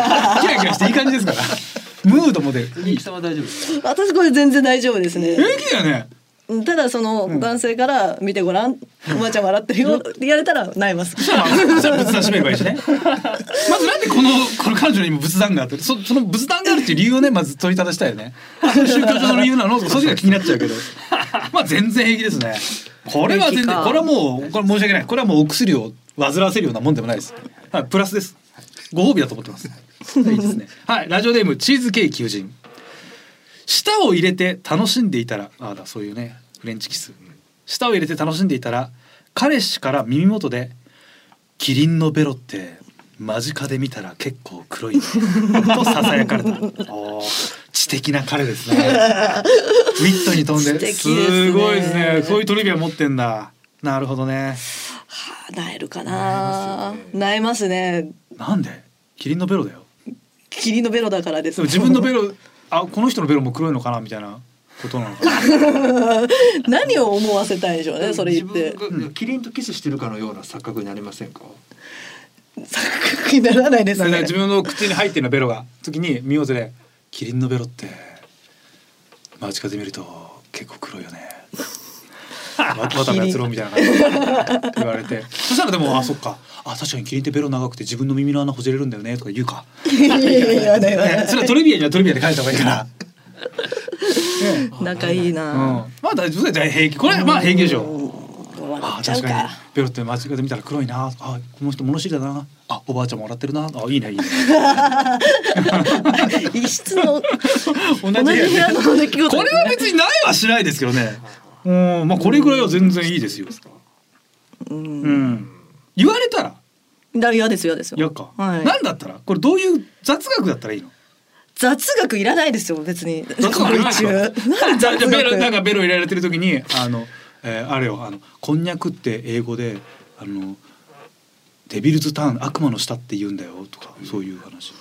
ラキラしていい感じですから *laughs* ムードもでいミいキさんは大丈夫ですか。私これ全然大丈夫ですね。平気だよねただその男性から見てごらん、おばあちゃん笑ってるよってやれたら萎えます。まあそれは仏壇閉めればいいしねまずなんでこのこの彼女にも仏壇があってそその仏壇があるっていう理由をねまず問いただしたいよねあそれ宗教上の理由なのとかそういうのが気になっちゃうけどまあ全然平気ですねこれは全平気然かこれはもうこれは申し訳ないこれはもうお薬を煩わせるようなもんでもないです、はい、プラスですご褒美だと思ってますいいですねはいラジオネームチーズケーキ夫人舌を入れて楽しんでいたらあだそういうねフレンチキス舌を入れて楽しんでいたら彼氏から耳元で「キリンのベロって間近で見たら結構黒いね」とささや *laughs* かれたおー知的な彼ですねウィットに飛んで知的ですねすごいですねそういうトリビア持ってんだなるほどね萎えるかな。萎えますね。なんでキリンのベロだよ霧のベロだからで。ですも自分のベロあこの人のベロも黒いのかなみたいなことなのかな *laughs* 何を思わせたいでしょうね。それ言って自。分がキリンとキスしてるかのような錯覚になりませんか。錯覚にならないでだすからね自。分の口に入ってるのベロが時に見ようぜで「キリンのベロって間近で見ると結構黒いよ *laughs* ね」わ渡部篤郎みたいな感じで言われてそしたらでも「あそっかあ確かにキリンってベロ長くて自分の耳の穴ほじれるんだよね」とか言うか、 *laughs* いやいやいや言わないねそれはトリビアにはトリビアで返した方がいいから。ね仲いいうん、な。まあ大丈夫だよ平気これはまあ平気でしょ笑あっちゃう確かにか。ベロって間近で見たら黒いなあこの人物知りだなあおばあちゃんも笑ってるなあいいねいいね *laughs* 一室の *laughs* 同同じ部屋の出来事。これは別にないはしないですけどね。うん、まあこれぐらいは全然いいですよ。うん。言われたらだ嫌ですよ嫌ですやよっか、はいなんだったらこれどういう雑学だったらいいの雑学いらないですよ別に雑学いら *laughs* ないのなんで雑じゃあベロなん学かベロ入れられてる時にあの、えー、あれよあのこんにゃくって英語であのデビルズターン悪魔の舌って言うんだよとかそういう話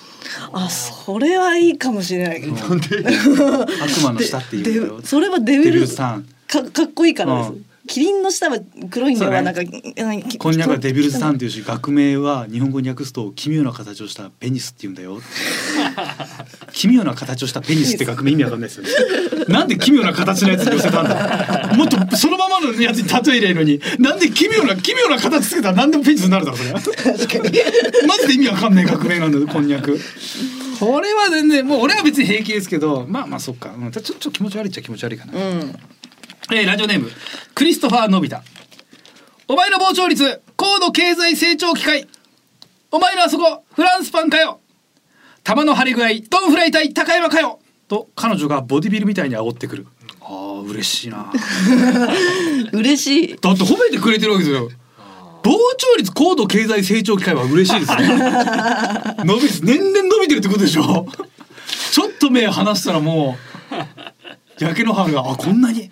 あそれはいいかもしれないうん悪魔の舌って言うんだよでそれはデデビビルルズターンかかっこいいからです、うんキリンの下は黒いんだそうよ、ねなんかうんきこんにゃくはデビルズターンきっていうし学名は日本語に訳すと奇妙な形をしたペニスって言うんだよ *laughs* 奇妙な形をしたペニスって学名意味わかんないですよねなんで奇妙な形のやつに寄せたんだもっとそのままのやつに例えればいいのになんで奇妙な奇妙な形つけたら何でもペニスになるだろう *laughs* それマジで意味わかんない学名なんだよこんにゃくこれは全然もう俺は別に平気ですけどまあまあそっか、うん、ちょちょっと気持ち悪いっちゃ気持ち悪いかな、うんえーラジオネームクリストファー・のび太お前の膨張率高度経済成長機会お前のあそこフランスパンかよ玉の張り具合ドンフライ対高山かよと彼女がボディビルみたいに煽ってくるあー嬉しいな嬉しいだって褒めてくれてるわけですよ膨張率高度経済成長機会は嬉しいです *laughs* ね伸び年々伸びてるってことでしょちょっと目離したらもう焼け野原があこんなに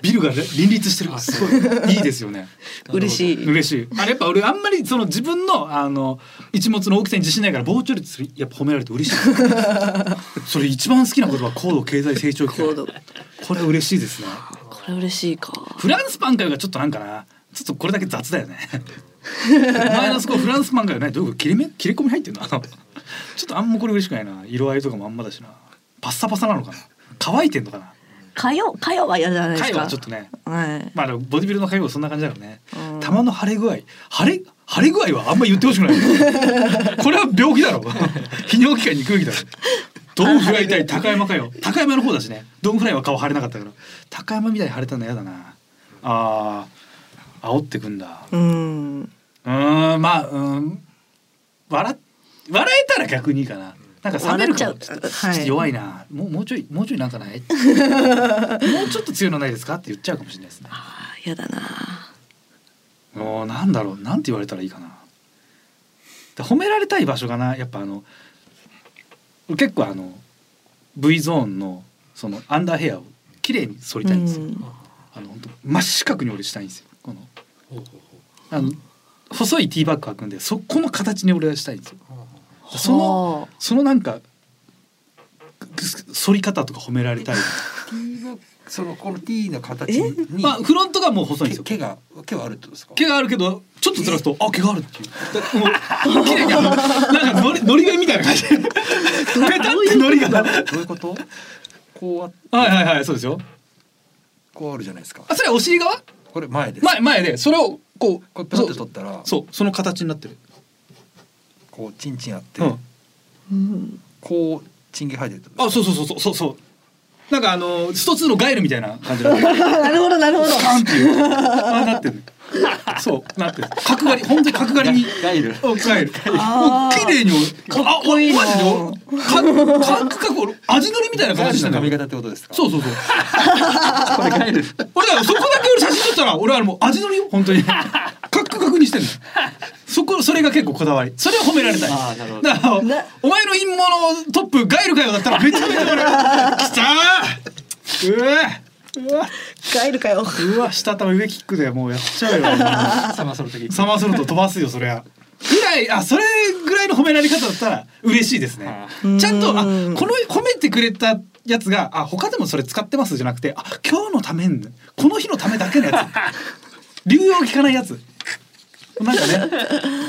ビルがね林立してるあすごいいいですよね嬉しい嬉しいあれやっぱ俺あんまりその自分のあの一物の大きさに自信ないから膨張率するやっぱ褒められて嬉しい *laughs* *laughs* それ一番好きな言葉高度経済成長期会高度これ嬉しいですねこれ嬉しいかフランスパンかよがちょっとなんかなちょっとこれだけ雑だよね *laughs* 前のそこフランスパンかよねどういうこと切れ目切れ込み入ってんのあ *laughs* のちょっとあんまこれ嬉しくないな色合いとかもあんまだしなパッサパサなのかな乾いてんのかなかよかよは嫌じゃないです貝かはちょっとねはいまあでもボディビルの会はそんな感じだからねうん。玉の腫れ具合、腫れ腫れ具合はあんま言ってほしくない。 *laughs* これは病気だろ。泌尿器科に行くべきだろ。ドンフライ対高山かよ。高山の方だしね。ドンフライは顔腫れなかったから。高山みたいに腫れたの嫌だな。ああ、煽ってくんだ。うんうーん、まあ、うーん、笑っ笑えたら逆にいいかな。なんか冷めるかも笑っちちょゃっうとはいちょっと弱いな。もうもうちょいもうちょいなんか *laughs* ない。もうちょっと強いのないですかって言っちゃうかもしれないですね。あー嫌だなおーなんだろうなんて言われたらいいかなで褒められたい場所かなやっぱあの結構あの V ゾーンのそのアンダーヘアを綺麗に剃りたいんですよ、うんあの本当真四角に俺したいんですよこのほうほうほあの細いティーバッグ履くんでそこの形に俺はしたいんですようそのはそのなんかくす剃り方とか褒められたい T がそのこの T の形に、まあフロントがもう細いんです毛よ毛が毛はあるってことですか毛があるけどちょっとずらすとあ毛があるっていうもう綺麗にあのなんかのりのり弁みたいな感じでペタってのりがはいどういうことこうあはいはいそうですよこうあるじゃないですかあそれはお尻側これ前です、前前でそれをこうこれペロって取ったらそうその形になってるこうチンチンあって、うんうんこうチンゲ生えてるってことあそうそうそうそうそうそうなんかあのストツーのガイルみたいな感じなんでなるほどなるほどパンっていうあなってるそうなってる角刈り本当に角刈りにガイルお帰る。もあうー綺麗に俺。かっこいいなあ俺マジで俺。か、かっこ俺味のりみたいなガイ形ルしたのんだ髪よ。型ってことですかそうそうそう。これガイル俺だからそこだけ俺写真撮ったら、俺はもう味のりよ、本当に。カックカクにしてんの。そこ、それが結構こだわり。それを褒められたい。あーなるほどだからなお前の陰謀のトップガイルかよだったら、めちゃめちゃ俺。きたー。うえ。うわ、ガイルかようわ、下頭上キックでもうやっちゃうよ。サマソ *laughs* の時サマーソルト飛ばすよそりゃ。ぐらいあそれぐらいの褒められ方だったら嬉しいですねは。ちゃんとあこうんの褒めてくれたやつがあ他でもそれ使ってますじゃなくてあ今日のためにこの日のためだけのやつ流用聞かないやつ。なんかね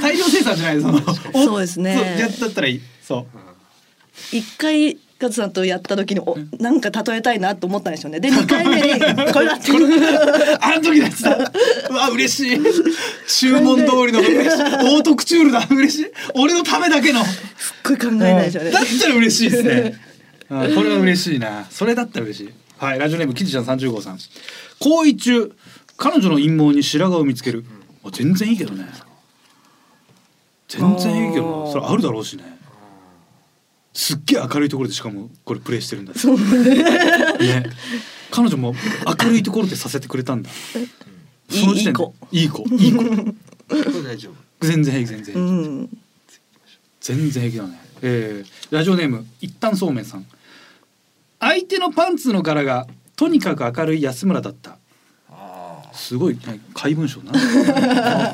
大量生産じゃないそのおそうですねそうやだったらいいそう。一回カズさんとやった時におなんか例えたいなと思ったんでしょうねで二回目 *laughs* にこれだってあの時のやつだ。うわ、嬉しい。注文通りの嬉しい。オートクチュールだ。嬉しい。俺のためだけの。すっごい考えないでしょうねだったら嬉しいですね。あこれは嬉しいな。それだったら嬉しい。はい、ラジオネームキジちゃん三十号さん。行為中、彼女の陰謀に白髪を見つける。あ全然いいけどね。全然いいけどあな。ーそれあるだろうしね。すっげえ明るいところでしかもこれプレイしてるんだね彼女も明るいところでさせてくれたんだいいその時点でいい子 *laughs* いい子いい子 *laughs* これ大丈夫全然平気全然平気、うん。全然平気だね、えー、ラジオネーム一旦そうめんさん相手のパンツの柄がとにかく明るい安村だったすごいはい怪文 *laughs* 書な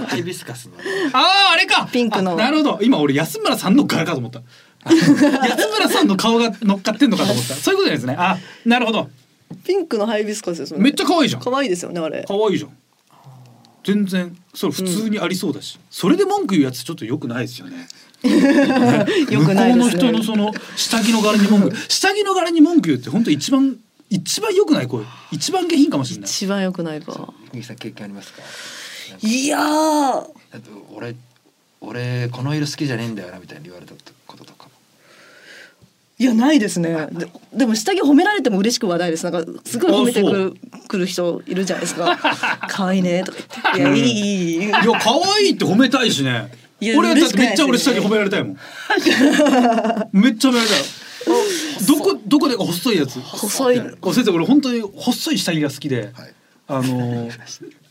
ヘビスカスのあーあれかピンクのあなるほど今俺安村さんの柄かと *laughs* 思った安村さんの顔が乗っかってんのかと思ったそういうことじゃないですねあなるほどピンクのハイビスカスですもんね。めっちゃ可愛いじゃん可愛いですよねあれ可。愛いじゃん全然それ普通にありそうだし、それで文句言うやつちょっと良くないですよねよくないです向こうの人のね。その下着の柄に文句下着の柄に文句言うって本当一番一番良くない声一番下品かもし *laughs* れない一番良くないか。三木さん経験ありますかいやーあと俺俺この色好きじゃねえんだよなみたいに言われたこととかもいやないですねででも下着褒められても嬉しくはないですなんかすごい褒めてくるくる人いるじゃないで *laughs* すか「可愛いね」とか言って「いやいいいいいいい」や可愛いって褒めたいしねいや俺だ嬉っしてくないめっちゃ俺です下よ着ね褒められたいも *laughs* んめっちゃ褒められたいどこどこでか細いやつ細いこう先生俺本当に細い下着が好きで、はいあのー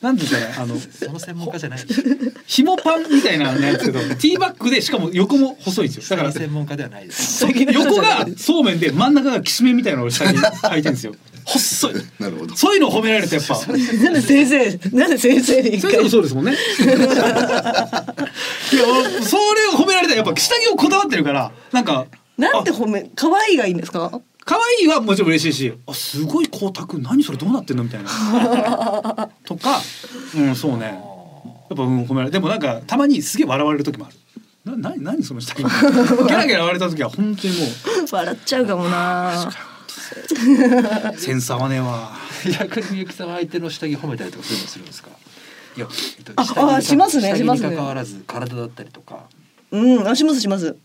なんていうんですかねあのその専門家じゃない *laughs* 紐パンみたいなのやつけどティーバッグでしかも横も細いんですよだから専門家ではないです下着の人横じゃないがそうめんで真ん中がきしめんみたいなのを下に履いてるんですよ細い *laughs* なるほどそういうの褒められてやっぱ先なんで先生なんで先生に一生回もそう *laughs* ですもんねいや俺それを褒められたらやっぱ下着をこだわってるからなんかなんて褒め可愛いがいいんですか可愛いはもちろん嬉しいしあすごい光沢何それどうなってんのみたいな *laughs* とかうんそうねやっぱ、うん、褒められでもなんかたまにすげえ笑われる時もあるな何何その *laughs* 下着ギャラギャラ笑われた時は本当にも *laughs* 笑っちゃうかもなうセンサーはねえわ逆にみゆきさんは相手の下着褒めたりとかそういうのするんですかいやえっとあ下着にあしますね下着しにますね関わらず体だったりとかうんあしますします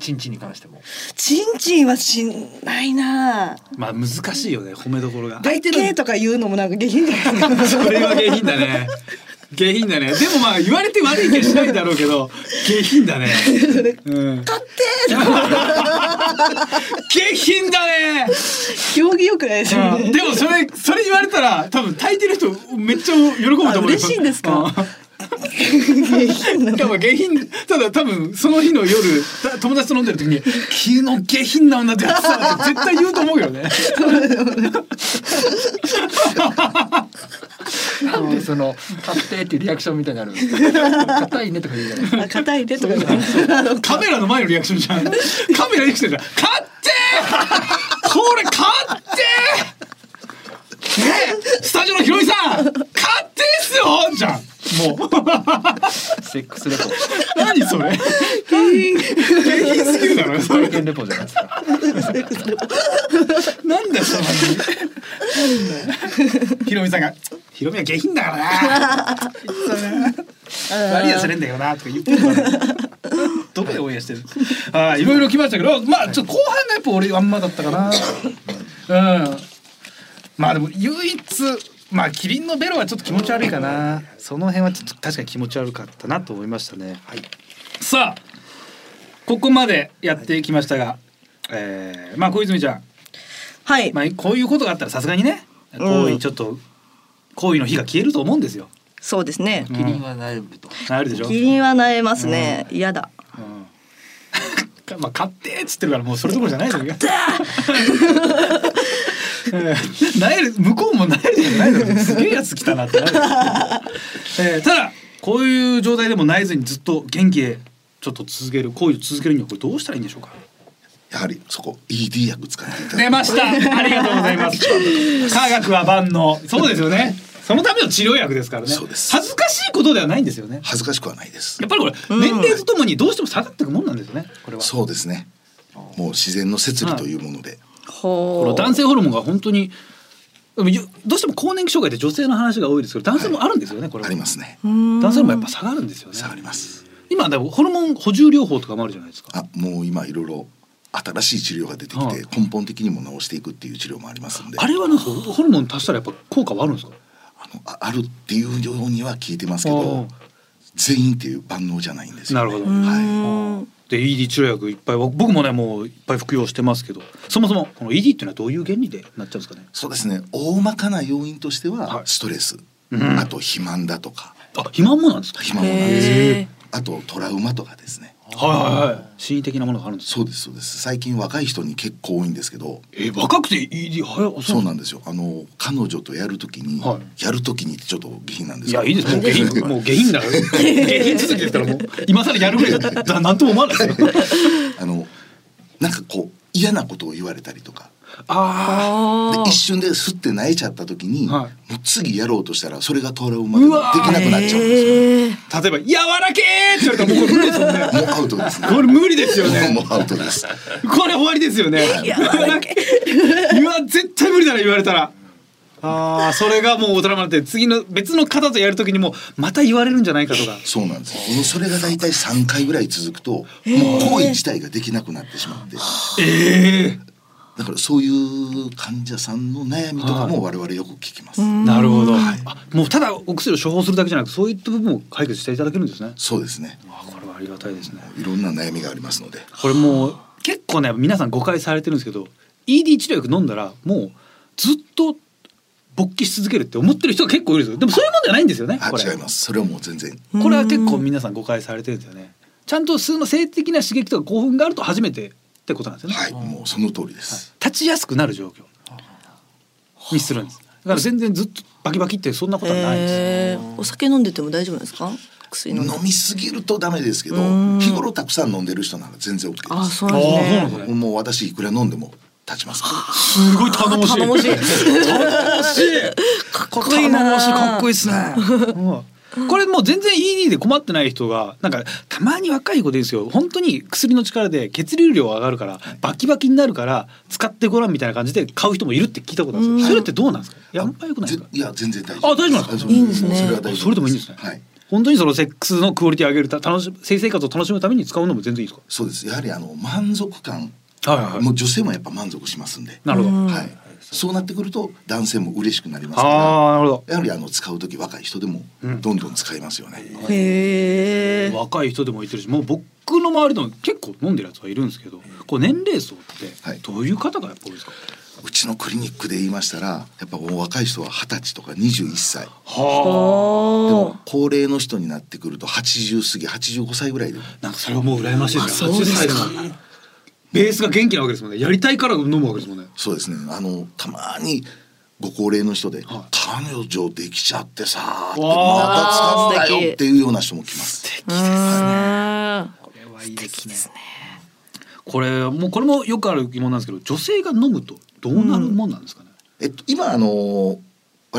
チンチンに関してもちんちんはしないなまあ難しいよね褒めどころがでっけーとか言うのもなんか下品じゃない *laughs* ですかそれは下品だね下品だねでもまあ言われて悪い気はしないだろうけど下品だねうん買ってー下品だね行儀よくないですよねでもそれそれ言われたら多分大抵の人めっちゃ喜ぶと思うあよ嬉しいんですか下品なうんのでも下品ただ多分その日の夜だ友達と飲んでる時に「昨日下品な女ってやってたわ」って絶対言うと思うよねなんでその「買って」っていうリアクションみたいになるんですか硬いねとか言うじゃないあ硬いで *laughs* とか言うのあのカメラの前のリアクションじゃん。カメラ生きてるじゃん。買ってー。これ買ってー。ねえ、スタジオのひろいさん、買ってーっすよーじゃん。もうセックスレポ *laughs* 何それ。景品すぎるだろそれ。経験レポじゃないですかなんだよその話。なんだよひろみさんが。ひろみは下品だからな。悪いやつねえんだよなとか言ってるからね。どこで応援してる。あーいろいろ来ましたけど、まあちょっと後半がやっぱ俺あんまだったかな。うん。まあでも唯一まあキリンのベロはちょっと気持ち悪いかな。その辺はちょっと確かに気持ち悪かったなと思いましたね。はい。さあここまでやってきましたが、えーまあ小泉ちゃん。はいまあ、こういうことがあったらさすがにね行為ちょっと行為の火が消えると思うんですよ。そうですねキリンは内部とあるでしょ。キリンはなえますね嫌だうんまあ買ってっつってるからもうそれどころじゃないですよ。な *laughs* える向こうもなえるじゃないのすげえやつ来たなってなる、えーただこういう状態でもなえずにずっと元気でちょっと続ける行為を続けるにはこれどうしたらいいんでしょうかやはりそこ ED 薬使っていただい出ましたありがとうございます科学は万能そうですよねそのための治療薬ですからねそうです恥ずかしいことではないんですよね恥ずかしくはないですやっぱりこれ、年齢とともにどうしても下がっていくもんなんですねこれはそうですねもう自然の摂理というものでこほのう男性ホルモンが本当にでもゆどうしても更年期障害って女性の話が多いですけど男性もあるんですよね、これありますね男性もやっぱ下がるんですよね下がります今でもホルモン補充療法とかもあるじゃないですかあもう今いろいろ新しい治療が出てきはいて根本的にも治していくっていう治療もありますんであれはなんかホルモン足したらやっぱ効果はあるんですかあのああるっていうようには聞いてますけあどあ全員っていう万能じゃないんですよ、なね、るほど、はで ED 治療薬いっぱい僕もねもういっぱい服用してますけどそもそもこの ED っていうのはどういう原理でなっちゃうんですかねい、そうですね大まかな要因としてはいはストレス、うんあと肥満だとかあ肥満もなんですか肥満もなんですよへあとトラウマとかですねはいはいはい。心理的なものがあるんです。そうですそうです最近若い人に結構多いんですけどえ若くていい早いそうなんですよあの彼女とやるときに、はやるときにってちょっと下品なんですいけどやいいで *laughs* すもう下品もう下 *laughs* 品だよ下品続きですからもう今更やるぐらいだだなんとも思わないですよあのなんかこう嫌なことを言われたりとか *laughs* あであ一瞬ですって泣いちゃった時に、はいもう次やろうとしたらそれがトラウマでもできなくなっちゃうんですよ、えーあ例えば「柔らけー!」って言われたらもうこれ無理ですよねもうアウトですねこれ無理ですよね *laughs* もうアウトで *laughs* すこれ終わりですよねやばいうわ絶対無理だな言われたらあーそれがもう大人になって次の別の方とやるときにもまた言われるんじゃないかとかそうなんですよもうそれが大体3回ぐらい続くともう行為自体ができなくなってしまって *laughs* えだからそういう患者さんの悩みとかも我々よく聞きます、えなるほど、あもうただお薬を処方するだけじゃなくそういった部分を解決していただけるんですねそうですねあこれはありがたいですねいろんな悩みがありますのでこれもう結構ね皆さん誤解されてるんですけど ED 治療薬飲んだらもうずっと勃起し続けるって思ってる人が結構いるんですよでもそういうもんじゃないんですよねあこれ違いますそれはもう全然これは結構皆さん誤解されてるんですよねちゃんと数の性的な刺激とか興奮があると初めてってことなんですよね、はいもうその通りです、立ちやすくなる状況にするんですだから全然ずっとバキバキってそんなことはないんですよ、えーお酒飲んでても大丈夫なんですか薬飲んで飲みすぎるとダメですけどうん日頃たくさん飲んでる人なら全然 OK ですあーそうなんですあーそうなんねですねもう私いくら飲んでも立ちますからすごい頼もしい頼もしい頼もしいかっこいいな頼もしいかっこいいいですね。こ *laughs* れもう全然 ED で困ってない人がなんかたまに若い子でいいですよ本当に薬の力で血流量が上がるからバキバキになるから使ってごらんみたいな感じで買う人もいるって聞いたことあるんですよそれってどうなんですかやんぱよくないですぜかいや全然大丈あ夫大丈夫なんですかいいんですねそれは大丈夫それでもいいんですねはい本当にそのセックスのクオリティを上げるた楽し性生活を楽しむために使うのも全然いいでそうですやはりあの満足感すかはいはいもう女性もやっぱ満足しますんでなるほどはいそうなってくると男性も嬉しくなりますからああなるほやはりあの使う時若い人でもどんどん使いますよね、へえど若い人でもいてるしもう僕の周りでも結構飲んでるやつはいるんですけどこう年齢層ってどういう方がやっぱ多いですかうちのクリニックで言いましたらやっぱもう若い人は二十歳とか21歳でおも高齢の人になってくると80過ぎ85歳ぐらいでもなんかそれはもう羨ましいですね。あそうですか80歳でもベースが元気なわけですもんね。やりたいから飲むわけですもんね。そうですねあのたまにご高齢の人で「は彼女できちゃってさ」って「わまた使うんだ素よ」敵っていうような人も来ますあこれはいいですね。これもうこれもよくある疑問なんですけど、女性が飲むとどうなるもんなんですかね。えっと、今あの我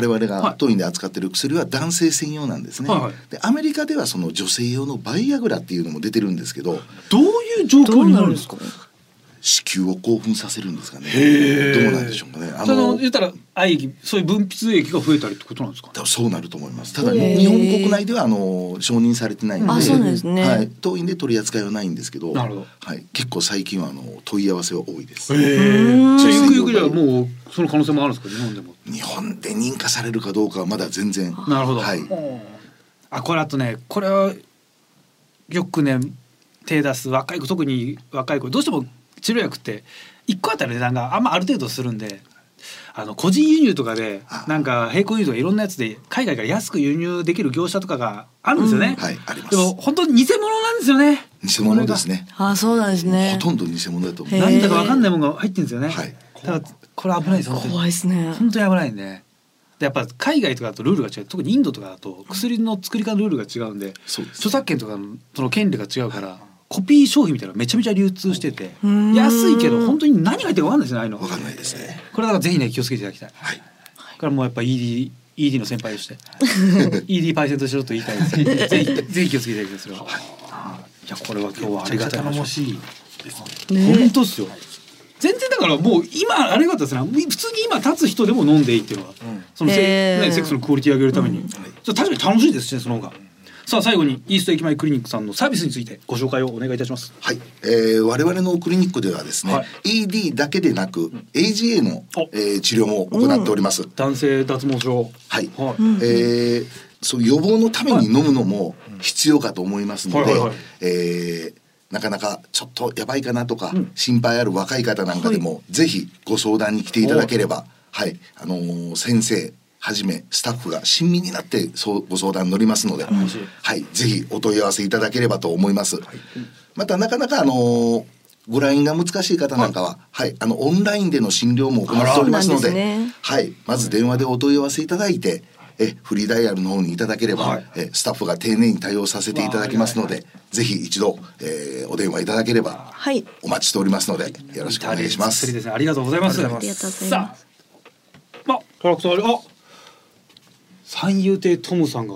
々はがい当院で扱ってる薬は男性専用なんですね、はいはいでアメリカではその女性用のバイアグラっていうのも出てるんですけどどういう状ーど況うにななるるんんでですすかか。子宮を興奮させるんですかねへーどうなんでしょうかねあそのの言ったら愛液そういう分泌液が増えたりってことなんですか。多分そうなると思いますただへー日本国内ではあの承認されてないのであそうなんですねはい、当院で取り扱いはないんですけどなるほどはい、結構最近はあの問い合わせは多いです、え。じゃあゆくゆくじゃあ女性もうその可能性もあるんですか。日本でも。日本で認可されるかどうかはまだ全然なるほど。はい、あこれあとねこれはよくね手出す若い子特に若い子どうしても治療薬って1個あたりの値段があんまある程度するんであの個人輸入とかであなんか並行輸入とかいろんなやつで海外から安く輸入できる業者とかがあるんですよね。はい、ありまですも本当に偽物なんですよね。偽物ですねあーそうなんですねほ。とんど偽物だと思へーう何だかわかんないものが入ってるんですよね。はいだからこれ危ないです本当に怖いですね。本当に危ないね。でやっぱ海外とかだとルールが違う特にインドとかだと薬の作り方のルールが違うんでそうです著作権とかのその権利が違うからコピー商品みたいなのがめちゃめちゃ流通しててうーん安いけど本当に何が入ってるか分かんないですねああいうのわこかんないですね。れだからぜひね気をつけていただきたいこはい。れはもうやっぱ ED, ED の先輩として ED パイセンとしてちょっと言いたいですけどぜひぜひ気をつけていただきたいそれは。いやこれは今日はありがたい話頼もしいですね本ね。当っすよ全然だからもう今あれがったですね普通に今立つ人でも飲んでいいっていうのは、そのせ、えーね、セックスのクオリティ上げるために、そう確かに楽しいですしねその方が、さあ最後にイースト駅前クリニックさんのサービスについてご紹介をお願いいたしますはい、えー我々のクリニックではですね、はい ED だけでなく AGA のお、えー治療も行っております。男性脱毛症はい、はいえーそう予防のために飲むのも必要かと思いますので、はいはいはいえーなかなかちょっとやばいかなとか、心配ある若い方なんかでも、ぜひご相談に来ていただければ、はい、あのー先生はじめスタッフが親身になってそうご相談に乗りますので、はい、ぜひお問い合わせいただければと思います。またなかなかあのーご来院が難しい方なんかは、はい、あのオンラインでの診療も行っておりますので、そうなんですねはい、まず電話でお問い合わせいただいて、えフリーダイヤルの方にいただければ、えスタッフが丁寧に対応させていただきますので、ぜひ一度、えーお電話いただければはい。お待ちしておりますので、よろしくお願いしま釣りす。ですね。ありがとうございます。ありがとうございさあ、ままあ、トラクターあ、三遊亭トムさんが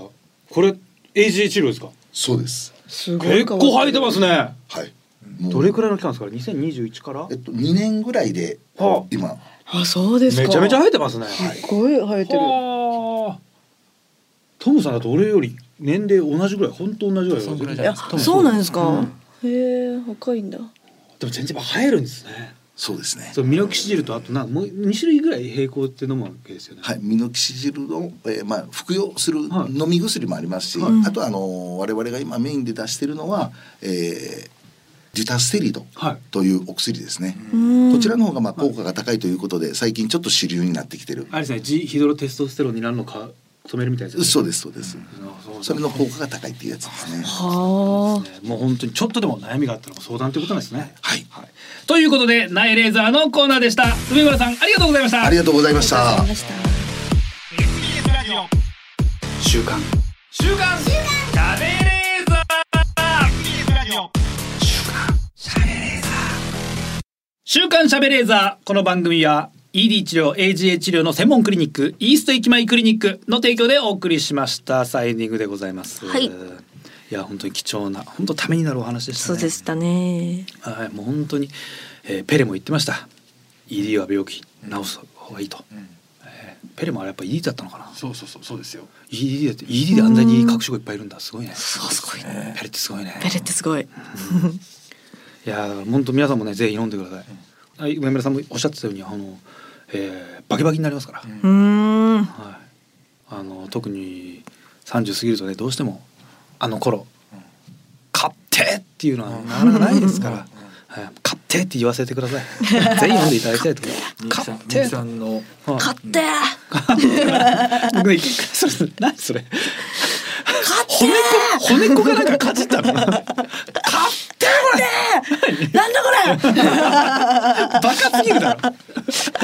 これ AGA 治療ですか。そうです。すごい結か構入ってますね。はい。もうどれくらいの期間ですか。2021からえ。っと2年ぐらいではあ今あそうですかめちゃめちゃ入ってますね。すごい生えてるはあトムさんだと俺より年齢同じぐらい、本当同じぐらい。そんぐらいじいゃやないですか。そうなんですか。へえ若いんだでも全然生えるんですね。そうですね。そうミノキシジルとあとなんかもう二種類ぐらい並行って飲むわけですよね。はい、ミノキシジルの、えーまあ、服用するはい飲み薬もありますし、いあとはあのー我々が今メインで出しているのは、えーデュタステリドはいというお薬ですね、うんこちらの方がまあ効果が高いということで最近ちょっと主流になってきてる、あれですね、ジヒドロテストステロンになるのか止めるみたいなやつそうですそうです、あそうそれの効果が高いっていうやつですねはねもう本当にちょっとでも悩みがあったら相談ということなんですね。はいということで、ナイレーザーのコーナーでした。梅村さん、ありがとうございました。ありがとうございましたあ。ました。週刊週刊週刊喋れーザ週刊しゃべれーザーこの番組は ED 治療 AGA 治療の専門クリニックイースト駅前クリニックの提供でお送りしましたサイニングでございます、はいいや本当に貴重な本当ためになるお話でしたそうねでしたね。はい、もう本当に、えーペレも言ってました ED は病気治す方がいいと、えーペレもあれやっぱ ED だったのかなそうそうそうそうですよ。 ED だって ED であんなに各種がいっぱいいるんだすごいねそうすごい。ペレってすごいねペレってすごい。いやーだから本当皆さんもねぜひ飲んでください、はい梅村さんもおっしゃってたようにあの、えーバキバキになりますから、うーん。はい、あの特に30過ぎるとねどうしてもあの頃、買ってっていうのはなかなかないですから、はい、買ってって言わせてください *laughs* ぜひ飲んでいただきたいと思います買さっんみゆてきさんのはい買って。 *laughs* 僕ね一回それ何それ *laughs* 骨っこ骨っこがなんかかじったのバなんだこれ。カすぎるだろ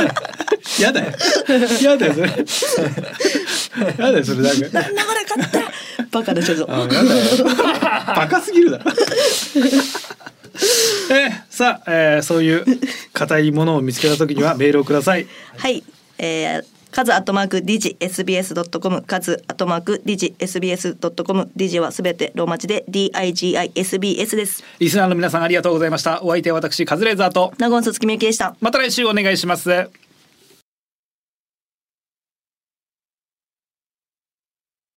*laughs* やだよやだよそれやだよそれなんかなんだこれ買って。バカな所蔵あやだよ *laughs* バカすぎるだろ *laughs* えーさあ、えーそういう硬いものを見つけた時にはメールをくださいはい。えーカズアットマークディジ SBS.com カズアットマークディジ SBS.com ディジはすべてローマ字で DIGISBS です。リスナーの皆さんありがとうございましたお相手は私カズレーザーと名古屋の鈴木みゆきでした。また来週お願いします